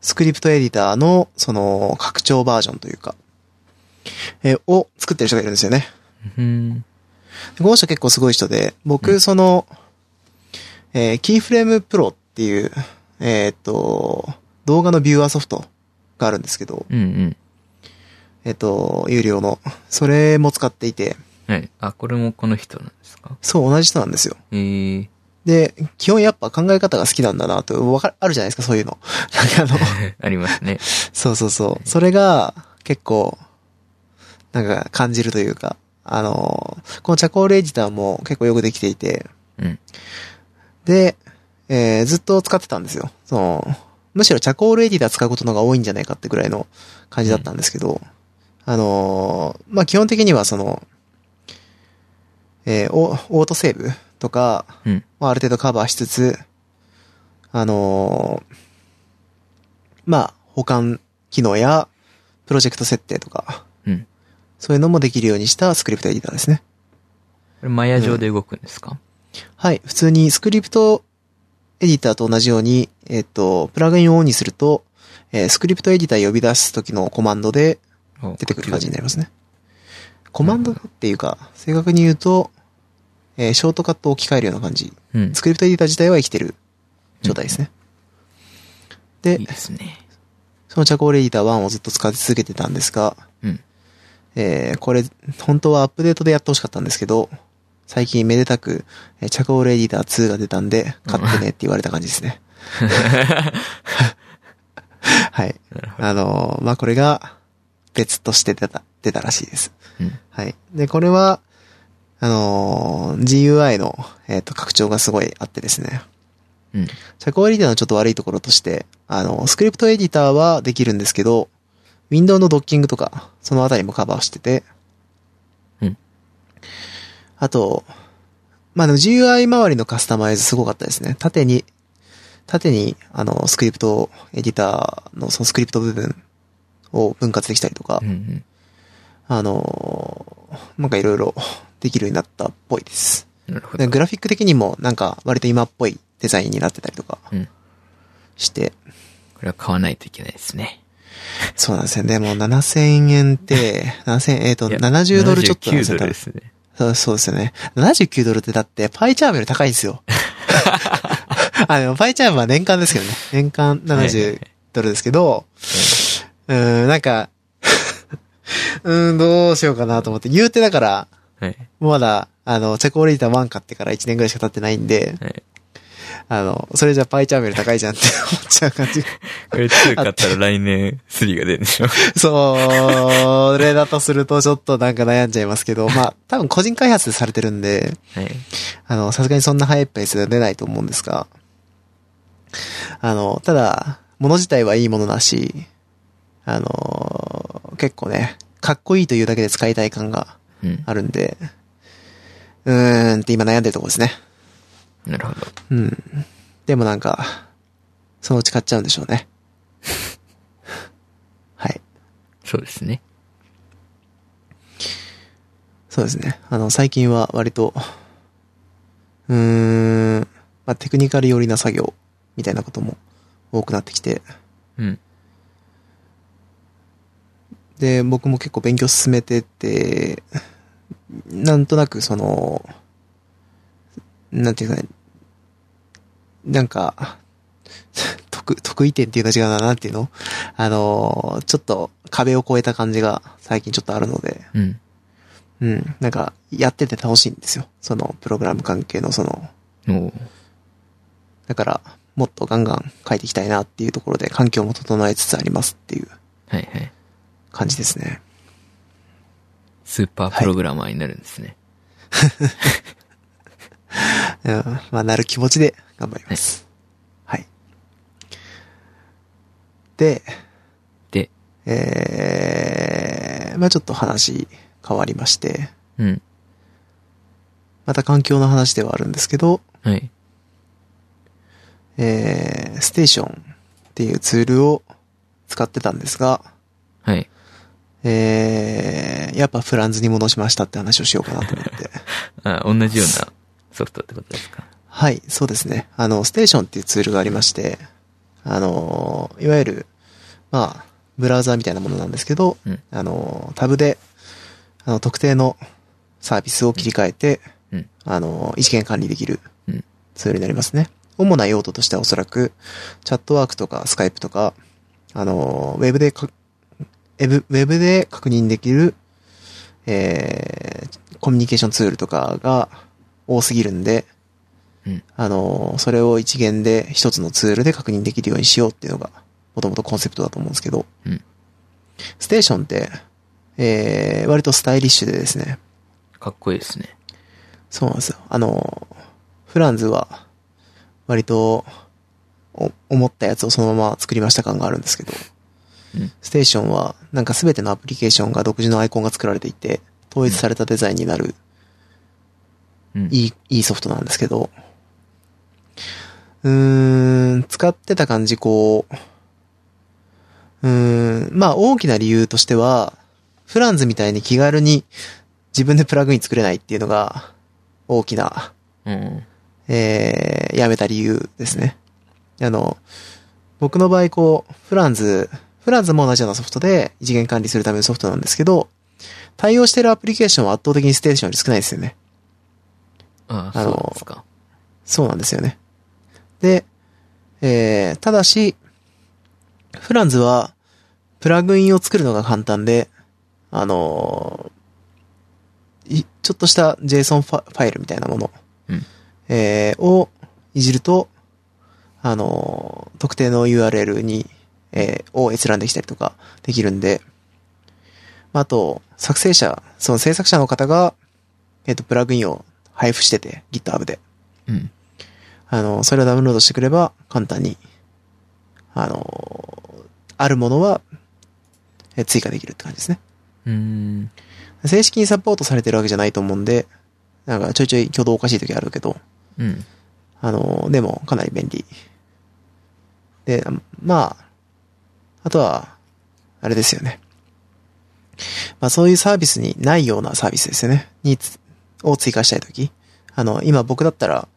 スクリプトエディターのその拡張バージョンというか、えーを作ってる人がいるんですよね。うん。でこの人結構すごい人で、僕、その、えーキーフレームプロっていう、えーっと、動画のビューアーソフトがあるんですけど、うんうん。えーっと、有料の、それも使っていて、はい。あ、これもこの人なんですかそう、同じ人なんですよ。えー、 で、基本やっぱ考え方が好きなんだなと、わかる、あるじゃないですか、そういうの。 なんかあの、ありますね。そうそうそう。それが、結構、なんか感じるというか、あの、このチャコールエディターも結構よくできていて、うん。で、えーずっと使ってたんですよ。その、むしろチャコールエディター使うことの方が多いんじゃないかってぐらいの感じだったんですけど、あのーまあ、基本的にはその、えーオオートセーブとか、うん。まあ、ある程度カバーしつつ、あのーまあ、保管機能や、プロジェクト設定とか、うん。そういうのもできるようにしたスクリプトエディターですね。これマヤ上で動くんですか、はい。普通にスクリプトエディターと同じように、えっと、プラグインをオンにすると、えースクリプトエディター呼び出す時のコマンドでお出てくる感じになりますね。コマンドっていうか、正確に言うと、えーショートカットを置き換えるような感じ。うん。スクリプトエディター自体は生きてる状態ですね。でいい、ですね。そのチャコールエディター1をずっと使い続けてたんですが、 うん。えーこれ、本当はアップデートでやってほしかったんですけど、最近めでたく、えーチャコールエディター2が出たんで、買ってねって言われた感じですね。はい。なるほど。あのーまあ、これが、別として出た、出たらしいです。うん。はい。で、これは、あのー GUI の、えっ、と、拡張がすごいあってですね。うん。チャコールエディターのちょっと悪いところとして、あの、スクリプトエディターはできるんですけど、Windows のドッキングとか、そのあたりもカバーしてて、うん。あと、まあ、でも GUI 周りのカスタマイズすごかったですね。縦に、縦に、あの、スクリプトエディターのそのスクリプト部分を分割できたりとかうんう、ん。あの、なんかいろいろ できるようになったっぽいです。なるほでど。グラフィック的にもなんか割と今っぽいデザインになってたりとかうん。こして、れは買わないといけないですね。そうなんですよね。もう7000円って、7000、えっ、と、いや70ドルちょっとなんですよ、多79ドル分ですね。そうそうですよね。79ドルってだって、パイチャームより高いんですよ。あ、でもパイチャームは年間ですけどね。年間はいは70いドルですけど、うーん、なんか、うーん、どうしようかなと思って。言うてだから、はい。まだ、あの、チェコレーター1買ってから1年ぐらいしか経ってないんで、はい。あの、それじゃパイチャームより高いじゃんって 思っちゃう感じ。これ2買ったら来年3が出るんでしょそう、例だとするとちょっとなんか悩んじゃいますけど、まあ、多分個人開発でされてるんで、はい。あの、さすがにそんな早いペースでは出ないと思うんですが、あの、ただ、物自体はいいものだし、あの、結構ね、かっこいいというだけで使いたい感がうん。あるんで、うーんって今悩んでるところですね。なるほど。うん。でもなんか、そのうち買っちゃうんでしょうね。 はい。そうですね。そうですね。あの、最近は割と、うーん、まあ、テクニカル寄りな作業みたいなことも多くなってきて、うん。で、僕も結構勉強進めてて、なんとなくその、なんていうかね、なんか、得、得意点っていうか違うな、なんていうのあの、ちょっと壁を越えた感じが最近ちょっとあるので、うん。うん、なんか、やってて楽しいんですよ。その、プログラム関係のその、おうだから、もっとガンガン書いていきたいなっていうところで、環境も整えつつありますっていうはいはい。感じですね。スーパープログラマーになるんですね。うん、まあ、なる気持ちで頑張ります。はい。で、で、えー、まあちょっと話変わりまして、うん。また環境の話ではあるんですけど、はい。えー、ステーションっていうツールを使ってたんですが、はい。えー、やっぱフランズに戻しましたって話をしようかなと思って。あ、同じようなソフトってことですか。はい、そうですね。あの、ステーションっていうツールがありまして、あの、いわゆる、まあ、ブラウザーみたいなものなんですけど、うんあの、タブで、あの、特定のサービスを切り替えて、うん。あの、一元管理できるうんツールになりますね。主な用途としてはおそらく、チャットワークとかスカイプとか、あの、ウェブでか、ウェブ、ウェブで確認できる、えー、コミュニケーションツールとかが多すぎるんで、うん。あの、それを一元で一つのツールで確認できるようにしようっていうのが、もともとコンセプトだと思うんですけど、うん。ステーションって、えー、割とスタイリッシュでですね、かっこいいですね。そうなんですよ。あの、フランズは、割と、お思ったやつをそのまま作りました感があるんですけど、うんステーションは、なんかすべてのアプリケーションが独自のアイコンが作られていて、統一されたデザインになる、うん。い。いい、いいソフトなんですけど、うーん、使ってた感じ、こう、うーん、まあ大きな理由としては、フランズみたいに気軽に自分でプラグイン作れないっていうのが、大きな、うん。えー、やめた理由ですね。あの、僕の場合、こう、フランズ、フランズも同じようなソフトで一元管理するためのソフトなんですけど、対応してるアプリケーションは圧倒的にステーションより少ないですよね。ああそのうですか。そうなんですよね。で、えー、ただし、フランズは、プラグインを作るのが簡単で、あのーいちょっとした JSON ファファイルみたいなもの、うんえーをいじると、あのー特定の URL に、えーを閲覧できたりとかできるんで、まあ、あと、作成者、その制作者の方が、えっ、と、プラグインを配布してて、GitHub で。うん。あの、それをダウンロードしてくれば簡単に、あの、あるものはえ追加できるって感じですね。うーん。正式にサポートされてるわけじゃないと思うんで、なんかちょいちょい挙動おかしい時あるけど、うん。あの、でもかなり便利。で、まあ、あとは、あれですよね。まあそういうサービスにないようなサービスですよね。につ、を追加したいとき。あの、今僕だったら、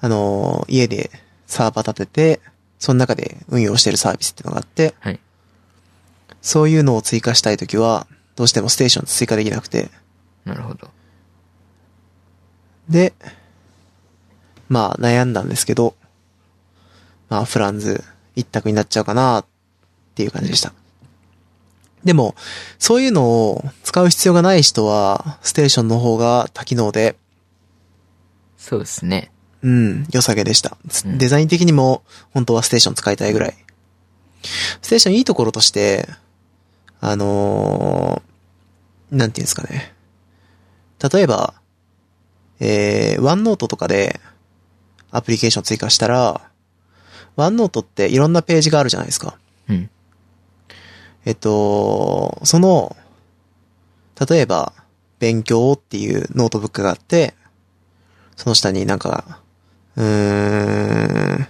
あの、家でサーバー立てて、その中で運用してるサービスっていうのがあって、はい。そういうのを追加したいときは、どうしてもステーション追加できなくて、なるほど。で、まあ悩んだんですけど、まあフランズ一択になっちゃうかなっていう感じでした。でも、そういうのを使う必要がない人は、ステーションの方が多機能で、そうですね。うん、良さげでした。うんデザイン的にも、本当はステーション使いたいぐらい。ステーションいいところとして、あのーなんていうんですかね。例えば、えー、ワンノートとかで、アプリケーション追加したら、ワンノートっていろんなページがあるじゃないですか。うん。えっと、その、例えば、勉強っていうノートブックがあって、その下になんか、うーん、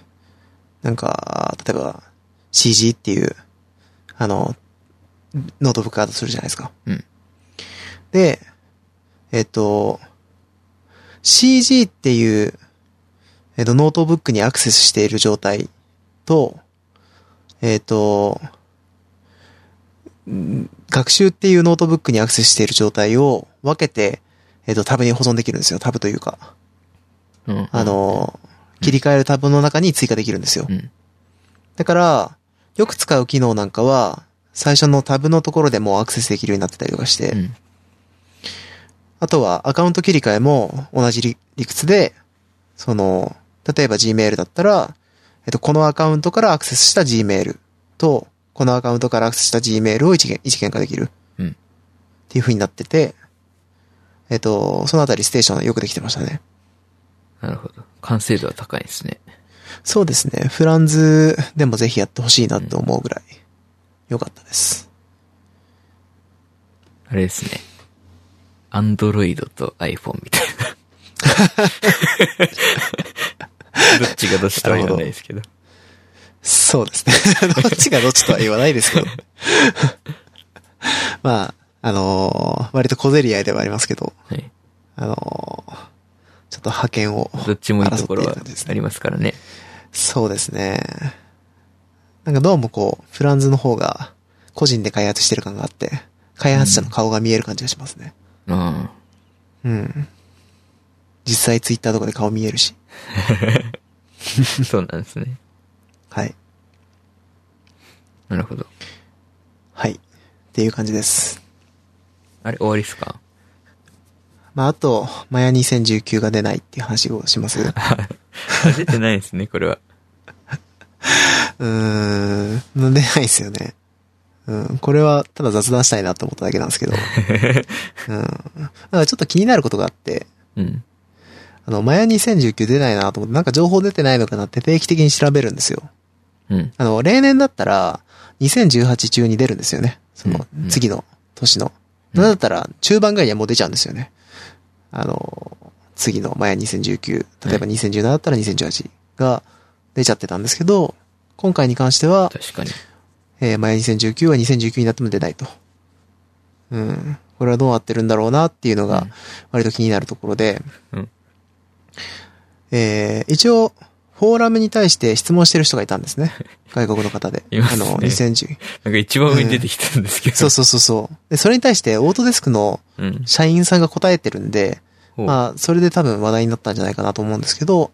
なんか、例えば CG っていう、あの、ノートブックアートするじゃないですか。うんで、えっと、CG っていう、えっと、ノートブックにアクセスしている状態と、えっと、ん学習っていうノートブックにアクセスしている状態を分けて、えっと、タブに保存できるんですよ。タブというか。うん。あ、の、切り替えるタブの中に追加できるんですよう。ん。だから、よく使う機能なんかは、最初のタブのところでもうアクセスできるようになってたりとかして、うん。あとはアカウント切り替えも同じ理理屈で、その、例えば Gmail だったら、えっと、このアカウントからアクセスした Gmail と、このアカウントからアクセスした Gmail を一元一元化できる。うんっていう風になってて、えっと、そのあたりステーションよくできてましたね。なるほど。完成度は高いですね。そうですね。フランズでもぜひやってほしいなと思うぐらい、良かったです。あれですね。アンドロイドと iPhone みたいな。 どっちがどっちとは言わないですけど。そうですね。 どっちがどっちとは言わないですけど。 まあ、あのー割と小競り合いではありますけど、はい。あのーちょっと派遣を。どっちもいいとこ争っていろるは感じですねありますからね。そうですね。なんかどうもこう、フランズの方が個人で開発してる感があって、開発者の顔が見える感じがしますね。うん。うん。実際ツイッターとかで顔見えるし。そうなんですね。はい。なるほど。はい。っていう感じです。あれ、終わりっすかまあ、あと、マヤ2019が出ないっていう話をします。うあ出てないですね、これは。ーん、出ないですよね。うん、これはただ雑談したいなと思っただけなんですけど。うん。なんかちょっと気になることがあって、うん。あの、マヤ2019出ないなと思って、なんか情報出てないのかなって定期的に調べるんですよ。うん。あの、例年だったら、2018中に出るんですよね。そのうんう、ん次の年の。うんなんだったら、中盤ぐらいにはもう出ちゃうんですよね。あの、次の、前2019、例えば2017だったら2018が出ちゃってたんですけど、今回に関しては、確かに。えー、前2019は2019になっても出ないと。うん。これはどうなってるんだろうなっていうのうがん、割と気になるところで、うんえー一応、フォーラムに対して質問してる人がいたんです ね。外国の方で。いますねあの、2010。なんか一番上に出てきたんですけど。そうそうそうそう。で、それに対して、オートデスクのうん。社員さんが答えてるんで、ほうまあ、それで多分話題になったんじゃないかなと思うんですけど、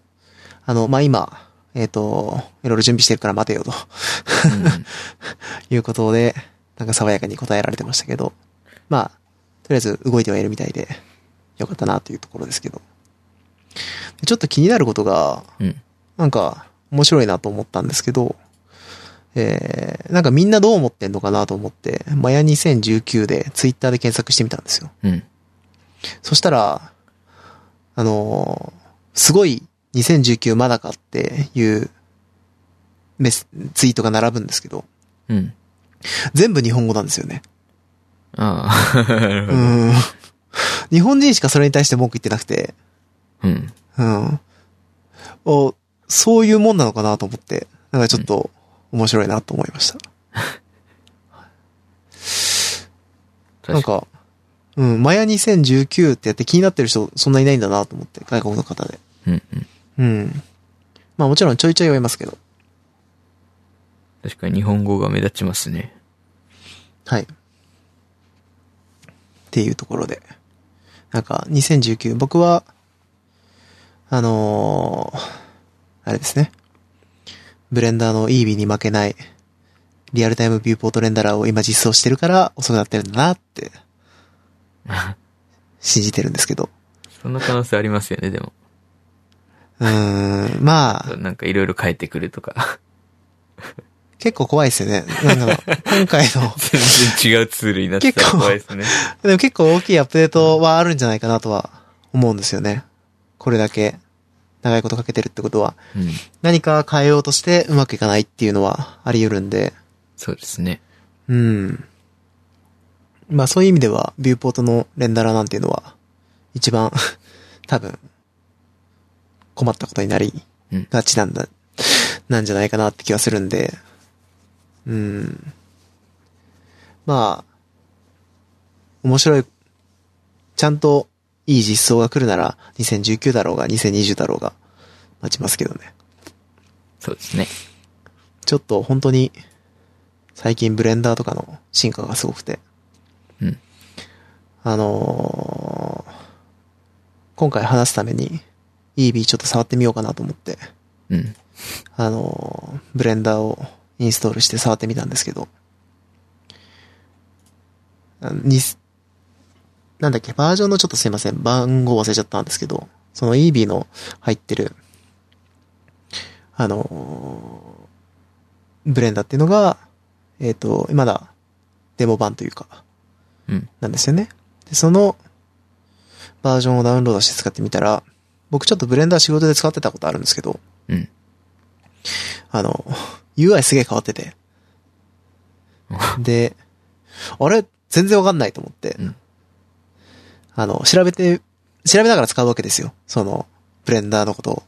あの、まあ今、えっ、と、いろいろ準備してるから待てよと。うんいうことで、なんか爽やかに答えられてましたけど、まあ、とりあえず動いてはいるみたいで、よかったなというところですけど。でちょっと気になることが、うん。なんか、面白いなと思ったんですけど、えー、なんかみんなどう思ってんのかなと思って、マヤ2019でツイッターで検索してみたんですよ。うん。そしたら、あのーすごい2019まだかっていうメス、ツイートが並ぶんですけど、うん。全部日本語なんですよね。ああ。 なるほうどん。日本人しかそれに対して文句言ってなくて、うん。うん。お、そういうもんなのかなと思って、なんかちょっと面白いなと思いました。な確んかか、うん、マヤ2019ってやって気になってる人そんないないんだなと思って、外国の方で。に。うん。うん。うん。まあもちろんちょいちょい言いますけど。確かに日本語が目立ちますね。はい。っていうところで。なんか、2019、僕は、あのーあれですね。ブレンダーの EV に負けない、リアルタイムビューポートレンダラーを今実装してるから遅くなってるんだなって、信じてるんですけど。そんな可能性ありますよね、でも。うーん、まあ、なんかいろいろ変えてくるとか。 結構怖いですよね。なんか、今回の、全然違うツールになってたら結構怖いですね。でも結構大きいアップデートはあるんじゃないかなとは思うんですよね。これだけ、長いことかけてるってことは。うん。何か変えようとしてうまくいかないっていうのはあり得るんで、そうですね。うん。まあそういう意味では、ビューポートのレンダラーなんていうのは、一番、 多分、困ったことになりうん、がちなんだ、なんじゃないかなって気がするんで、うん。まあ、面白い、ちゃんといい実装が来るなら、2019だろうが、2020だろうが、待ちますけどね。そうですね。ちょっと本当に、最近ブレンダーとかの進化がすごくて、うん。あのー今回話すために、EB ちょっと触ってみようかなと思って、うん。あのーブレンダーをインストールして触ってみたんですけど、あに、なんだっけ、バージョンのちょっとすいません、番号忘れちゃったんですけど、その EB の入ってる、あのーブレンダーっていうのが、えっ、と、まだ、デモ版というか、うん。なんですよね。で、そのバージョンをダウンロードして使ってみたら、僕ちょっとブレンダー仕事で使ってたことあるんですけど、うん。あの、UI すげえ変わってて。で、あれ全然わかんないと思って、うんあの、調べて、調べながら使うわけですよ。その、ブレンダーのことを。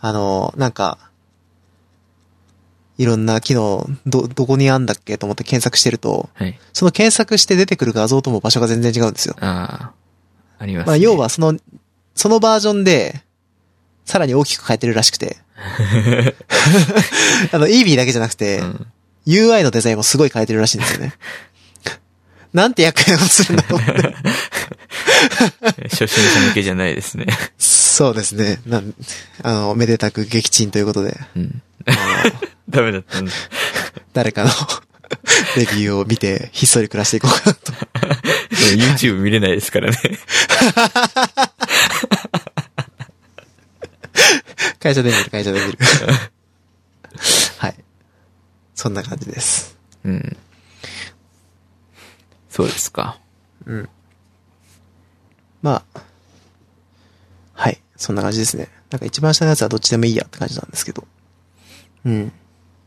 あの、なんか、いろんな機能、ど、どこにあんだっけと思って検索してると、はい。その検索して出てくる画像とも場所が全然違うんですよ。ああ、あります、ね。まあ、要はその、そのバージョンで、さらに大きく変えてるらしく て。あの、EB だけじゃなくて、うん UI のデザインもすごい変えてるらしいんですよね。なんて厄介なことするんだと思って。 初心者向けじゃないですね。そうですね。なん、あの、めでたく撃沈ということで、うん。あの、ダメだったんだ。誰 かのレビューを見て、ひっそり暮らしていこうかなと。でも YouTube 見れないですからね。会社で見る、会社で見る。はい。そんな感じです。うん。そうですか。まあ、はい。そんな感じですね。なんか一番下のやつはどっちでもいいやって感じなんですけど。うん。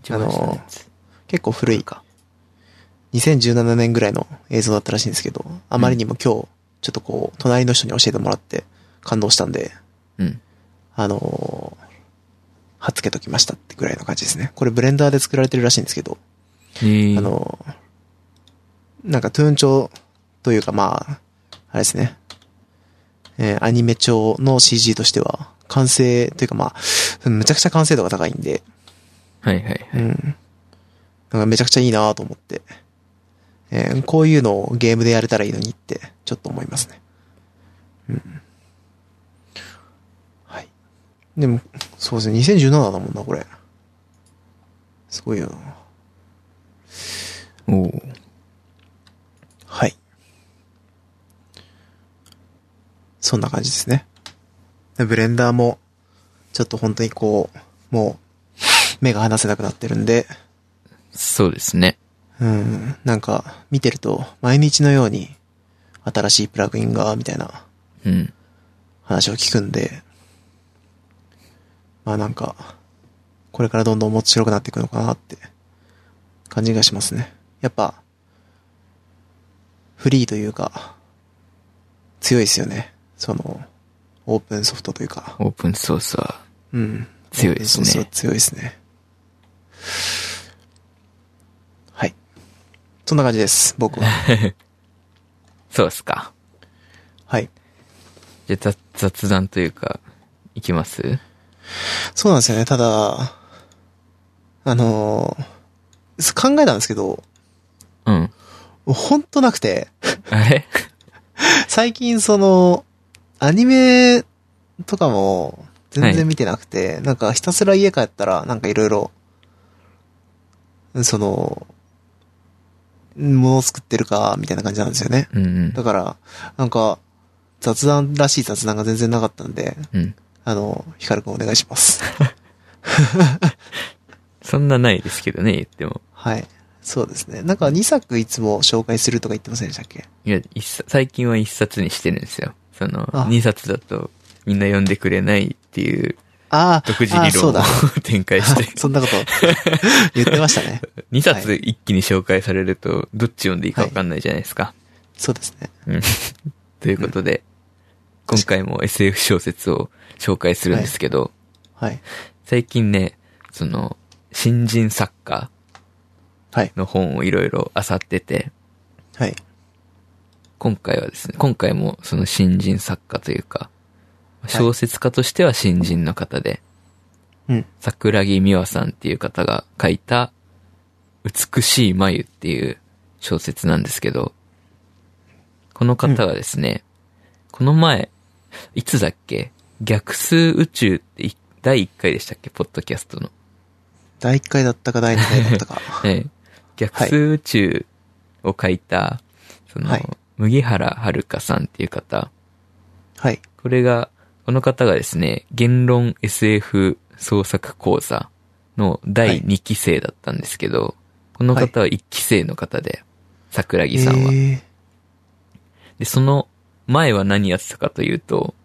一番下のやつ結構古いか。2017年ぐらいの映像だったらしいんですけど、あまりにも今日、ちょっとこう、隣の人に教えてもらって感動したんで、うん。あのー、はっつけときましたってぐらいの感じですね。これブレンダーで作られてるらしいんですけど、えー、あの、なんかトゥーン調というかまあ、あれですね。えーアニメ調の CG としては、完成というかまあ、うんむちゃくちゃ完成度が高いんで、はいはい。うん。なんかめちゃくちゃいいなと思って、えーこういうのをゲームでやれたらいいのにって、ちょっと思いますね。うん。はい。でも、そうですね、2017だもんな、これ。すごいよな。おお。はい。そんな感じですね。でブレンダーも、ちょっと本当にこう、もう、目が離せなくなってるんで、そうですね。うん、なんか、見てると、毎日のように、新しいプラグインが、みたいなうん。話を聞くんで、まあなんか、これからどんどん面白くなっていくのかなって、感じがしますね。やっぱ、フリーというか、強いですよね。その、オープンソフトというか。オープンソースはうん。強いですオープンソースはね。強いですね。はい。そんな感じです、僕 は。そうですか。はい。じゃあ雑雑談というか、いきますそうなんですよね。ただ、あのー考えたんですけど、うん。ほんとなくて、あれ最近その、アニメとかも全然見てなくて、なんかひたすら家帰ったら、なんかいろいろ、その、ものを作ってるか、みたいな感じなんですよね。うんうんだ。から、なんか、雑談らしい雑談が全然なかったんで、うん。あの、ヒカルくんお願いします。そんなないですけどね、言っても。はい。そうですね。なんか2作いつも紹介するとか言ってませんでしたっけいや、一冊最近は一冊にしてるんですよ。その、あ二冊だとみんな読んでくれないっていうああ、独自ああ理そ論うだ。を 展開して、 そんなこと言ってましたね。二冊一気に紹介されると、どっち読んでいいかわかんないじゃないですか。そうですね。うん。 ということで、今回も SF 小説を紹介するんですけど、はい。最近ね、その、新人作家はい。の本をいろいろ漁ってて、はい。今回はですね、今回もその新人作家というか、小説家としては新人の方で、うん。桜木美和さんっていう方が書いた、美しい眉っていう小説なんですけど、この方がですね、この前、いつだっけ逆数宇宙ってい第1回でしたっけポッドキャストの。第1回だったか第2回だった か。ええ逆数宇宙を書いた、その、はい麦原遥さんっていう方。はい。これが、この方がですね、言論 SF 創作講座の第2期生だったんですけど、この方は1期生の方で、桜木さんは。えーで、その前は何やってたかというと、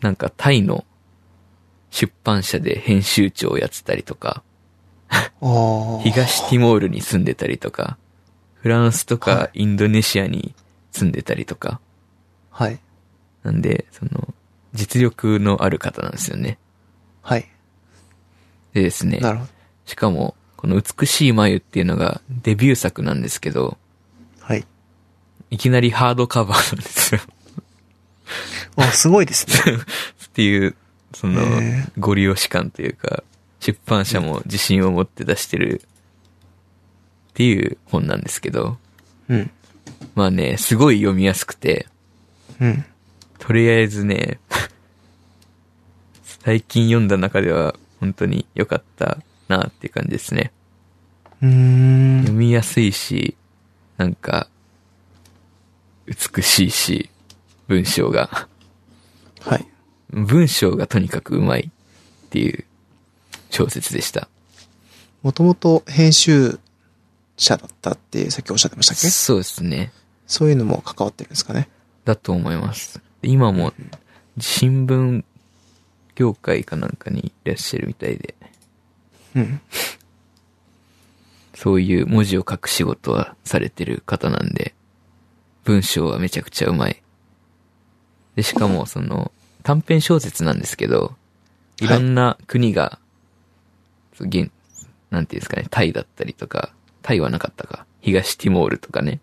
なんかタイの出版社で編集長をやってたりとか、ああ。東ティモールに住んでたりとか、フランスとはかインドネシアに住んでたりとか、はい。なんで、その、実力のある方なんですよね。はい。でですね、なるほど。しかも、この美しい眉っていうのがデビュー作なんですけど、はい。いきなりハードカバーなんですよ。 あ、すごいですね。っていう、そのへえ、ご利用し感というか、出版社も自信を持って出してるっていう本なんですけど、うん。まあね、すごい読みやすくて、うん。とりあえずね、 最近読んだ中では本当に良かったなっていう感じですね。うーん。読みやすいし、なんか、美しいし、文章が。 はい。文章がとにかくうまいっていう小説でした。もともと編集者だったってさっきおっしゃってましたっけそうですね。そういうのも関わってるんですかね。だと思います。で今も新聞業界かなんかにいらっしゃるみたいで、うん。そういう文字を書く仕事はされてる方なんで、文章はめちゃくちゃうまい。で、しかもその、短編小説なんですけど、いろんな国が、そう現なんていうんですかね、タイだったりとか、タイはなかったか、東ティモールとかね、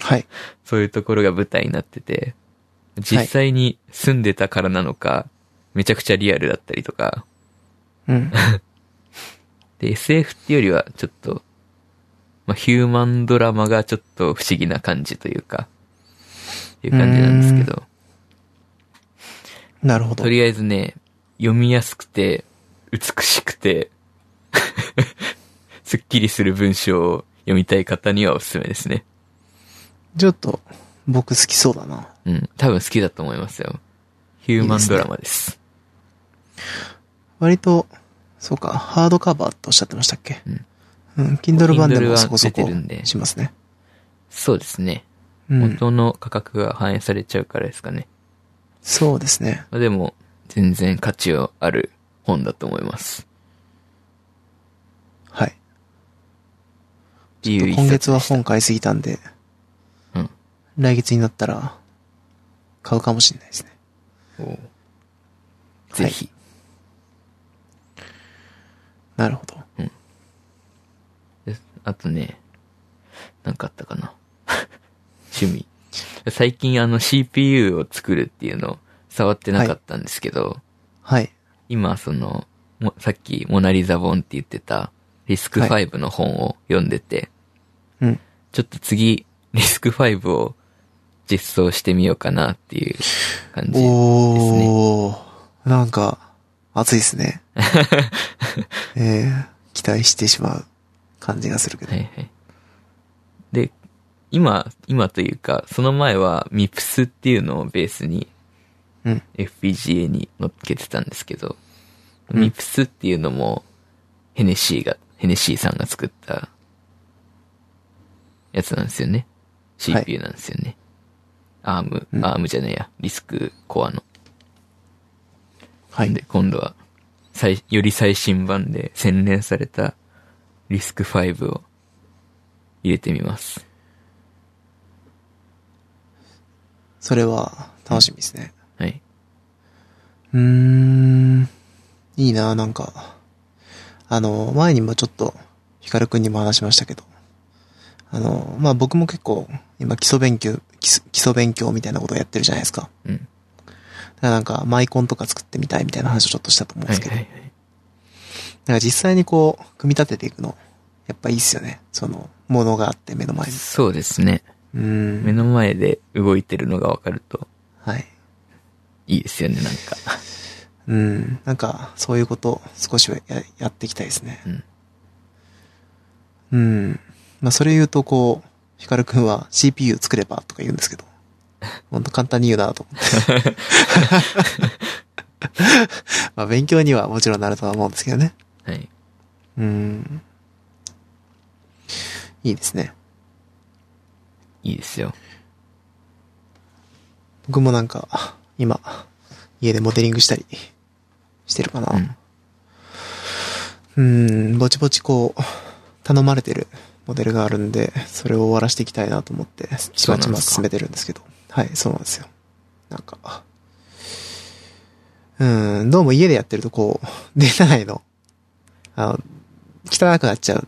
はい。そういうところが舞台になってて、実際に住んでたからなのか、めちゃくちゃリアルだったりとか、 うん。で、SF っていうよりは、ちょっと、まあ、ヒューマンドラマがちょっと不思議な感じというか、いう感じなんですけど、なるほどと。りあえずね、読みやすくて、美しくて、 すっきりする文章を読みたい方にはおすすめですね。ちょっと、僕好きそうだな。うん。多分好きだと思いますよ。ヒューマンドラマです。割と、そうか、ハードカバーとおっしゃってましたっけうん。うん。Kindle 版で Kindle もはそこそ出こてるんでしますね。そうですね。うん。元の価格が反映されちゃうからですかね。そうですね。まあでも、全然価値はある本だと思います。はい。っていう一今月冊はでした本買いすぎたんで、うん来月になったら、買うかもしれないですね。ぜひ。なるほど。であとね、なんかあったかな。 趣味。最近あの CPU を作るっていうのを触ってなかったんですけど、はい。今その、もさっきモナリザ本って言ってたリスク5の本を読んでて、うん。ちょっと次、リスク5を実装してみようかなっていう感じ。おー、なんか、熱いです ね。えー、期待してしまう感じがするけど。はいはい。で、今、今というか、その前は MIPS っていうのをベースにうん。 FPGA に乗っけてたんですけど、うん MIPS っていうのもヘネシーが、ヘネシーさんが作ったやつなんですよね。はい CPU なんですよね。アーム、うんアームじゃないや、リスクコアの。はい。で、今度は、最、より最新版で洗練されたリスク5を入れてみます。それは、楽しみですね。はい。うーん。いいななんか。あの、前にもちょっと、ヒカルくんにも話しましたけど、あの、まあ、僕も結構、今基礎勉強基礎、基礎勉強みたいなことをやってるじゃないですか。うん。だからなんか、マイコンとか作ってみたいみたいな話をちょっとしたと思うんはでいすけはど、いはい。だから実際にこう、組み立てていくの、やっぱいいっすよね。その、ものがあって目の前に。そうですね。う目ん。の前で動いてるのがわかるとはい。いいですよね、なんか。うん。なんか、そういうことを少しはややっていきたいですね。うん。うん。まあ、それ言うとこう、ヒカルくんは CPU 作ればとか言うん ですけど、ほんと簡単に言うなと思って。まあ、勉強にはもちろんなるとは思うんですけどね。はい。うん。いいですね。いいですよ。僕もなんか、今、家でモデリングしたりしてるかな。ううん。ん、ぼちぼちこう、頼まれてるモデルがあるんで、それを終わらしていきたいなと思って、ちそうまなちんでますか進めてるんですけど。はい、そうなんですよ。なんか、うん、どうも家でやってるとこう、出ないの、あの、汚くなっちゃう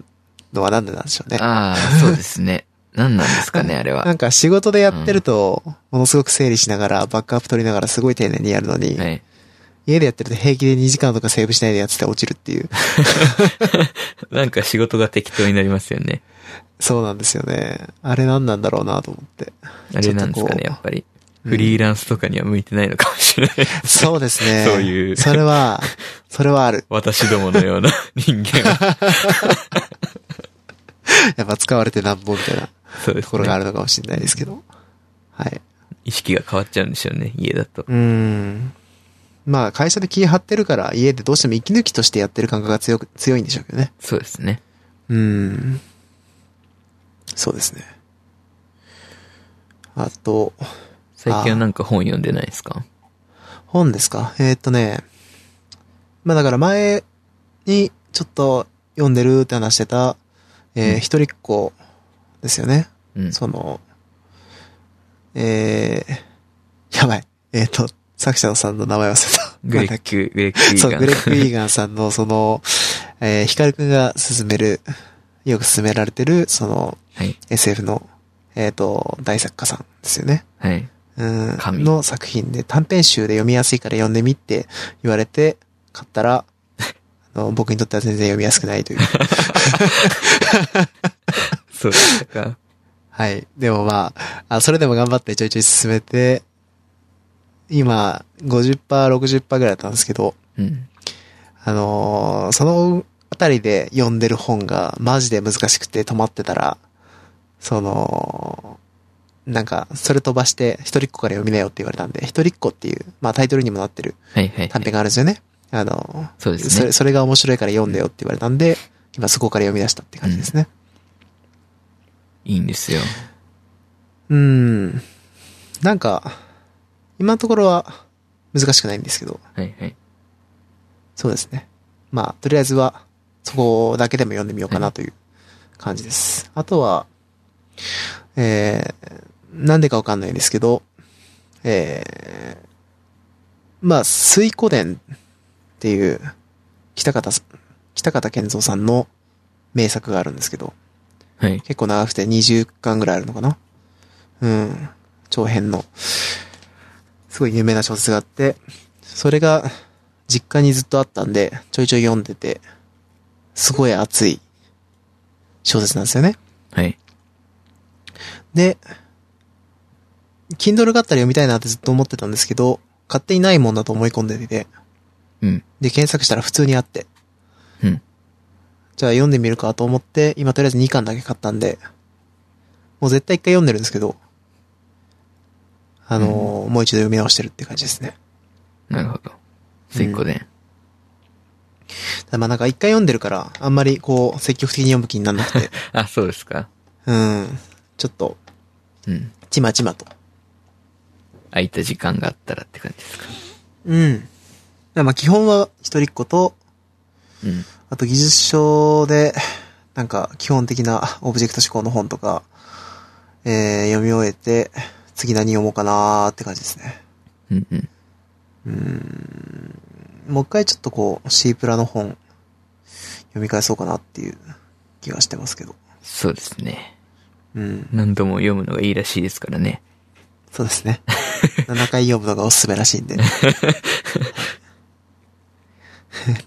のはなんでなんでしょうね。ああ、そうですね。何なんですかね、あれは。なはんか仕事でやってると、ものすごく整理しながら、バックアップ取りながらすごい丁寧にやるのに、い。 家でやってると平気で2時間とかセーブしないでやってて落ちるっていう。なんか仕事が適当になりますよね。そうなんですよね。あれ何なんだろうなと思って。あれなんですかね、ちょやっとっぱり。うんフリーランスとかには向いてないのかもし れない。そうですね。そういうそれは、それはある。私どもの ような人間は。やっぱ使われてなんぼみたいなそうでとすころがあね。るのかもしれないですけど。はい。意識が変わっちゃうんでしょうね、家だと。うーん。まあ会社で気張ってるから家でどうしても息抜きとしてやってる感覚が強く、強いんでしょうけどね。そうですね。うーん。そうですね。あと、最近はなんか本読んでないですか本ですかえーっとね。まあだから前にちょっと読んでるって話してた、えーうん一人っ子ですよね。うん。その、えー、やばい。えーっと、作者さんの名前忘れた。グレなんだっッけク、グレック・ィーそう、ガングレック・ウィーガンさんのその、えー、ヒカルくんが勧める、よく勧められてる、その、はい。 SF の、えーっと、大作家さんですよね。はい。うん神の作品で短編集で読みやすいから読んでみって言われて買ったら、 あの僕にとっては全然読みやすくない という。そうですか。はい。でもまああ、それでも頑張ってちょいちょい進めて、今、50%、60%ぐらいだったんですけど、うん。あのーそのあたりで読んでる本がマジで難しくて止まってたら、その、なんか、それ飛ばして、一人っ子から読みなよって言われたんで、一人っ子っていう、まあタイトルにもなってるはいはいは短い。編があるんですよね。あの、そうですねそれ、それが面白いから読んでよって言われたんで、今そこから読み出したって感じですね。いいんですよ。うん。なんか、今のところは難しくないんですけど、はいはい。そうですね。まあ、とりあえずは、そこだけでも読んでみようかなという感じです。あとは、えー、なんでかわかんないんですけど、えー、まあ、水湖伝っていう、北方さん、北方健三さんの名作があるんですけど、はい。結構長くて20巻ぐらいあるのかなうん。長編の。すごい有名な小説があって、それが実家にずっとあったんで、ちょいちょい読んでて、すごい熱い小説なんですよね。はい。で、Kindle があったら読みたいなってずっと思ってたんですけど、勝手にないもんだと思い込んでて、うん。で、検索したら普通にあって、うん。じゃあ読んでみるかと思って、今とりあえず2巻だけ買ったんで、もう絶対1回読んでるんですけど、あのーもう一度読み直してるって感じですね。なるほど。水湖伝。ただまあなんか1回読んでるから、あんまりこう、積極的に読む気にならな くて、あ、そうですか。うん、ちょっと、うん。ちまちまと。空いた時間があったらって感じですか。うん。だからまあ基本は一人っ子と、うん。あと技術書で、なんか基本的なオブジェクト思考の本とか、えー、読み終えて、次何読もうかなーって感じですね。うんうん。もう一回ちょっとこう、シープラの本、読読み返そうかなっていう気がしてますけど。そうですね。うん。何度も読むのがいいらしいですからね。そうですね。7回読むのがおすすめらしいんで。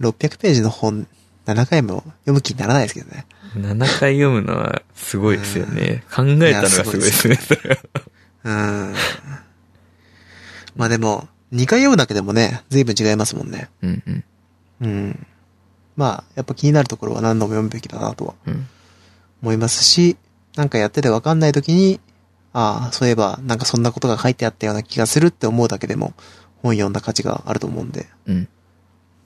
600ページの本、7回も読む気にならないですけどね。 7回読むのはすごいですよね。考えたのがすごいですね。それはうん。まあでも、2回読むだけでもね、随分違いますもんね。うんうんうん。まあ、やっぱ気になるところは何度も読むべきだなとはうん。思いますし、なんかやっててわかんない時に、ああ、そういえば、なんかそんなことが書いてあったような気がするって思うだけでも、本読んだ価値があると思うんで、うん。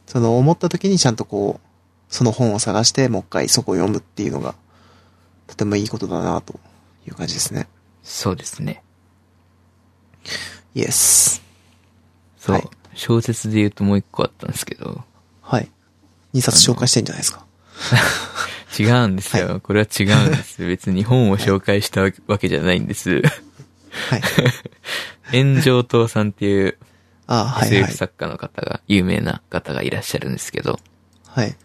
その思った時にちゃんとこう、その本を探して、もう一回そこを読むっていうのが、とてもいいことだなという感じですね。そうですね。イエス。そう。はい小説で言うともう一個あったんですけど、はい。2冊紹介してんじゃないですか。違うんですよ。これは違うんです。別に本を紹介したわけじゃないん です。はい。炎上党さんっていうあ あ、はいは SF い。作家の方が、有名な方がいらっしゃるんですけど、はい。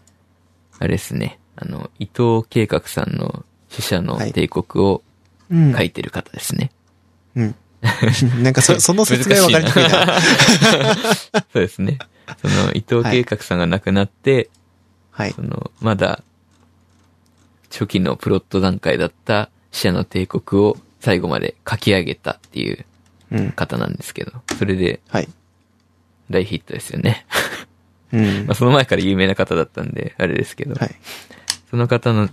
あれですね。あの、伊藤計画さんの死者の帝国をうん。書いてる方ですね。うん。 なんかそ、 その説明分かりにくいな。そうですね。その、伊藤計画さんが亡くなって、はいそ。の、まだ、初期のプロット段階だった死者の帝国を最後まで書き上げたっていううん。方なんですけど、それではい。大ヒットですよね。うんまあ。その前から有名な方だったんで、あれですけど、はい。その方の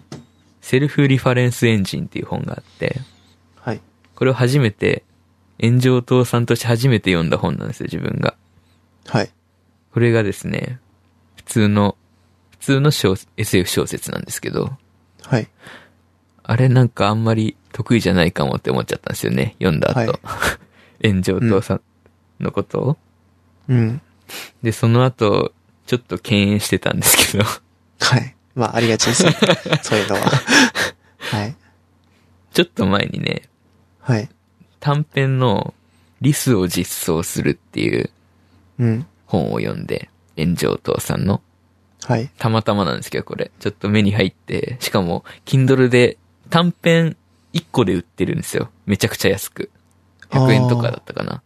セルフリファレンスエンジンっていう本があって、はい。これを初めて、炎上党さんとして初めて読んだ本なんですよ、自分が。はい。これがですね、普通の、普通の小 SF 小説なんですけど、はい。あれなんかあんまり得意じゃないかもって思っちゃったんですよね。読んだ後。 炎上党さんのことを。うん。で、その後、ちょっと敬遠してたんですけど、はい。まあ、ありがちです よね。そういうのは。はい。ちょっと前にね、はい。短編のリスを実装するっていううん。本を読んで、炎上党さんの。はい。たまたまなんですけど、これ。ちょっと目に入って、しかも、Kindle で短編1個で売ってるんですよ。めちゃくちゃ安く。100円とかだったかな。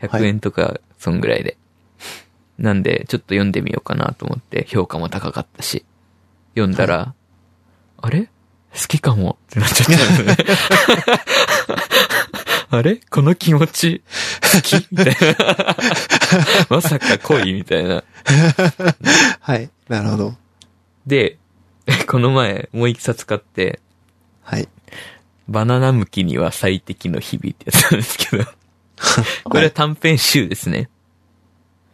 ーはい100円とか、そんぐらいで。なんで、ちょっと読んでみようかなと思って、評価も高かったし。読んだら、あれ好きかもってなっちゃったんですね。あれこの気持ち、好きみたいな。まさか恋みたいな。はい。なるほど。で、 この前、もう一冊買って、はい。バナナ向きには最適の日々ってやつなんです けど、これは短編集ですね。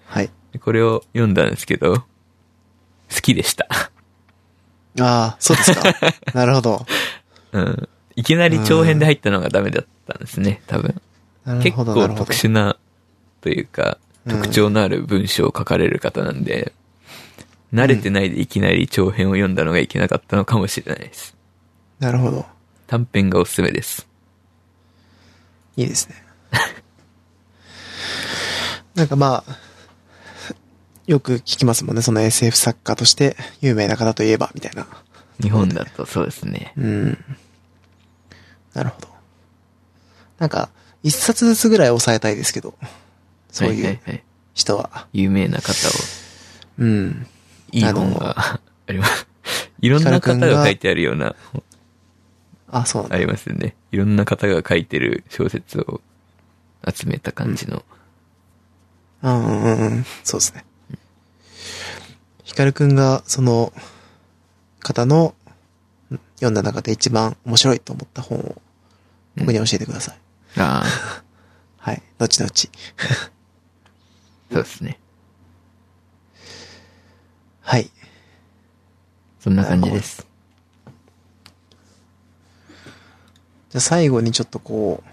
はい。これを読んだんですけど、好きでした。ああ、そうです か。なるほど。うん。いきなり長編で入ったのがダメだったんですね、多分。なる結ほ構ど、なるほど特。殊な、というか、うん特徴のある文章を書かれる方なんで、慣れてないでいきなり長編を読んだのがいけなかったのかもしれないです。なるほど。短編がおすすめです。いいですね。 なんかまあ、よく聞きますもんね。その SF 作家として有名な方といえば、みたいな。日本だとそうですね。うん。なるほど。なんか、一冊ずつぐらい抑えたいですけど、そういうはいはいはい。人は。有名な方を、うん。いい本があります。 いろんな方が書いてあるような、あ、そうなんだ。ありますよね。いろんな方が書いてる小説を集めた感じの。うんうんうんうん。そうですね。ヒカルくんが、その、方の、ん読んだ中で一番面白いと思った本を、僕に教えてください。ああ、はい。後々。そうですね。はい。そんな感じです。じゃあ最後にちょっとこう、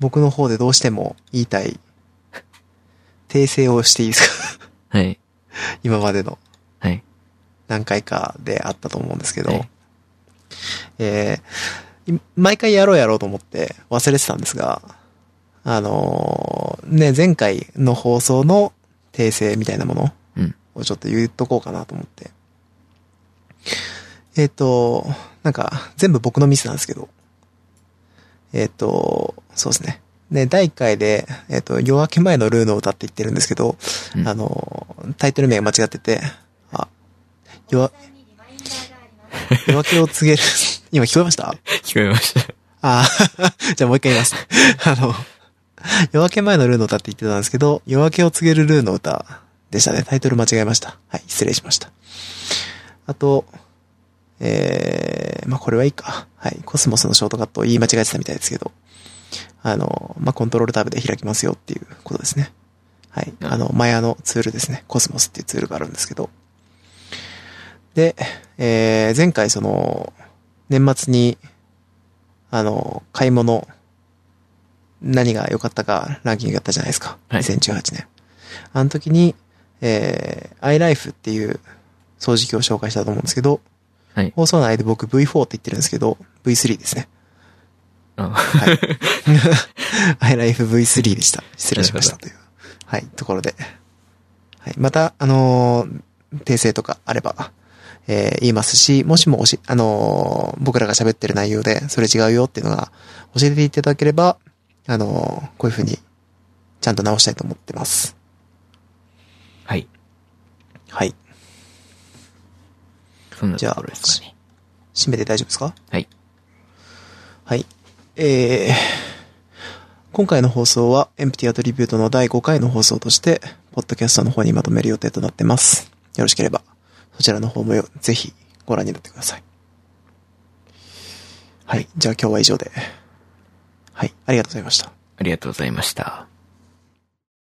僕の方でどうしても言いたい、訂正をしていいですか はい。今までのはい。何回かであったと思うんですけど、はいえーい毎回やろうやろうと思って忘れてたんですが、あのーね、前回の放送の訂正みたいなものうん。をちょっと言っとこうかなと思って。えっ、と、なんか、全部僕のミスなんですけど。えっ、と、そうですね。で、第1回で、えっ、と、夜明け前のルーの歌って言ってるんですけど、うんあの、タイトル名が間違ってて、あ、夜、夜明けを告げる。今聞こえました聞こえました。あ あ、じゃあもう一回言います。 あの、夜明け前のルーの歌って言ってたんですけど、夜明けを告げるルーの歌でしたね。タイトル間違えました。はい、失礼しました。あと、えー、まあこれはいいか。はい、コスモスのショートカットを言い間違えてたみたいですけど、あの、まあコントロールタブで開きますよっていうことですね。はい、うんあの、前あのツールですね。コスモスっていうツールがあるんですけど。で、えー、前回その、年末に、あの、買い物、何が良かったかランキングやったじゃないですか。はい2018年。あの時に、えー、iLife っていう掃除機を紹介したと思うんですけど、はい放送内で僕 V4 って言ってるんですけど、V3 ですね。あ、 iLife V3 でした。失礼しましたという。はい、ところで。はい、また、あのー訂正とかあれば、えー言いますし、もしもおし、あのー僕らが喋ってる内容で、それ違うよっていうのが、教えていただければ、あのーこういうふうに、ちゃんと直したいと思ってます。 はい。はい。そんなところですかね。締めて大丈夫ですかはい。はい。えー、今回の放送は、エンプティアトリビュートの第5回の放送として、ポッドキャストの方にまとめる予定となってます。よろしければ、そちらの方もよぜひご覧になってください。はい。じゃあ今日は以上で。はい。ありがとうございました。ありがとうございました。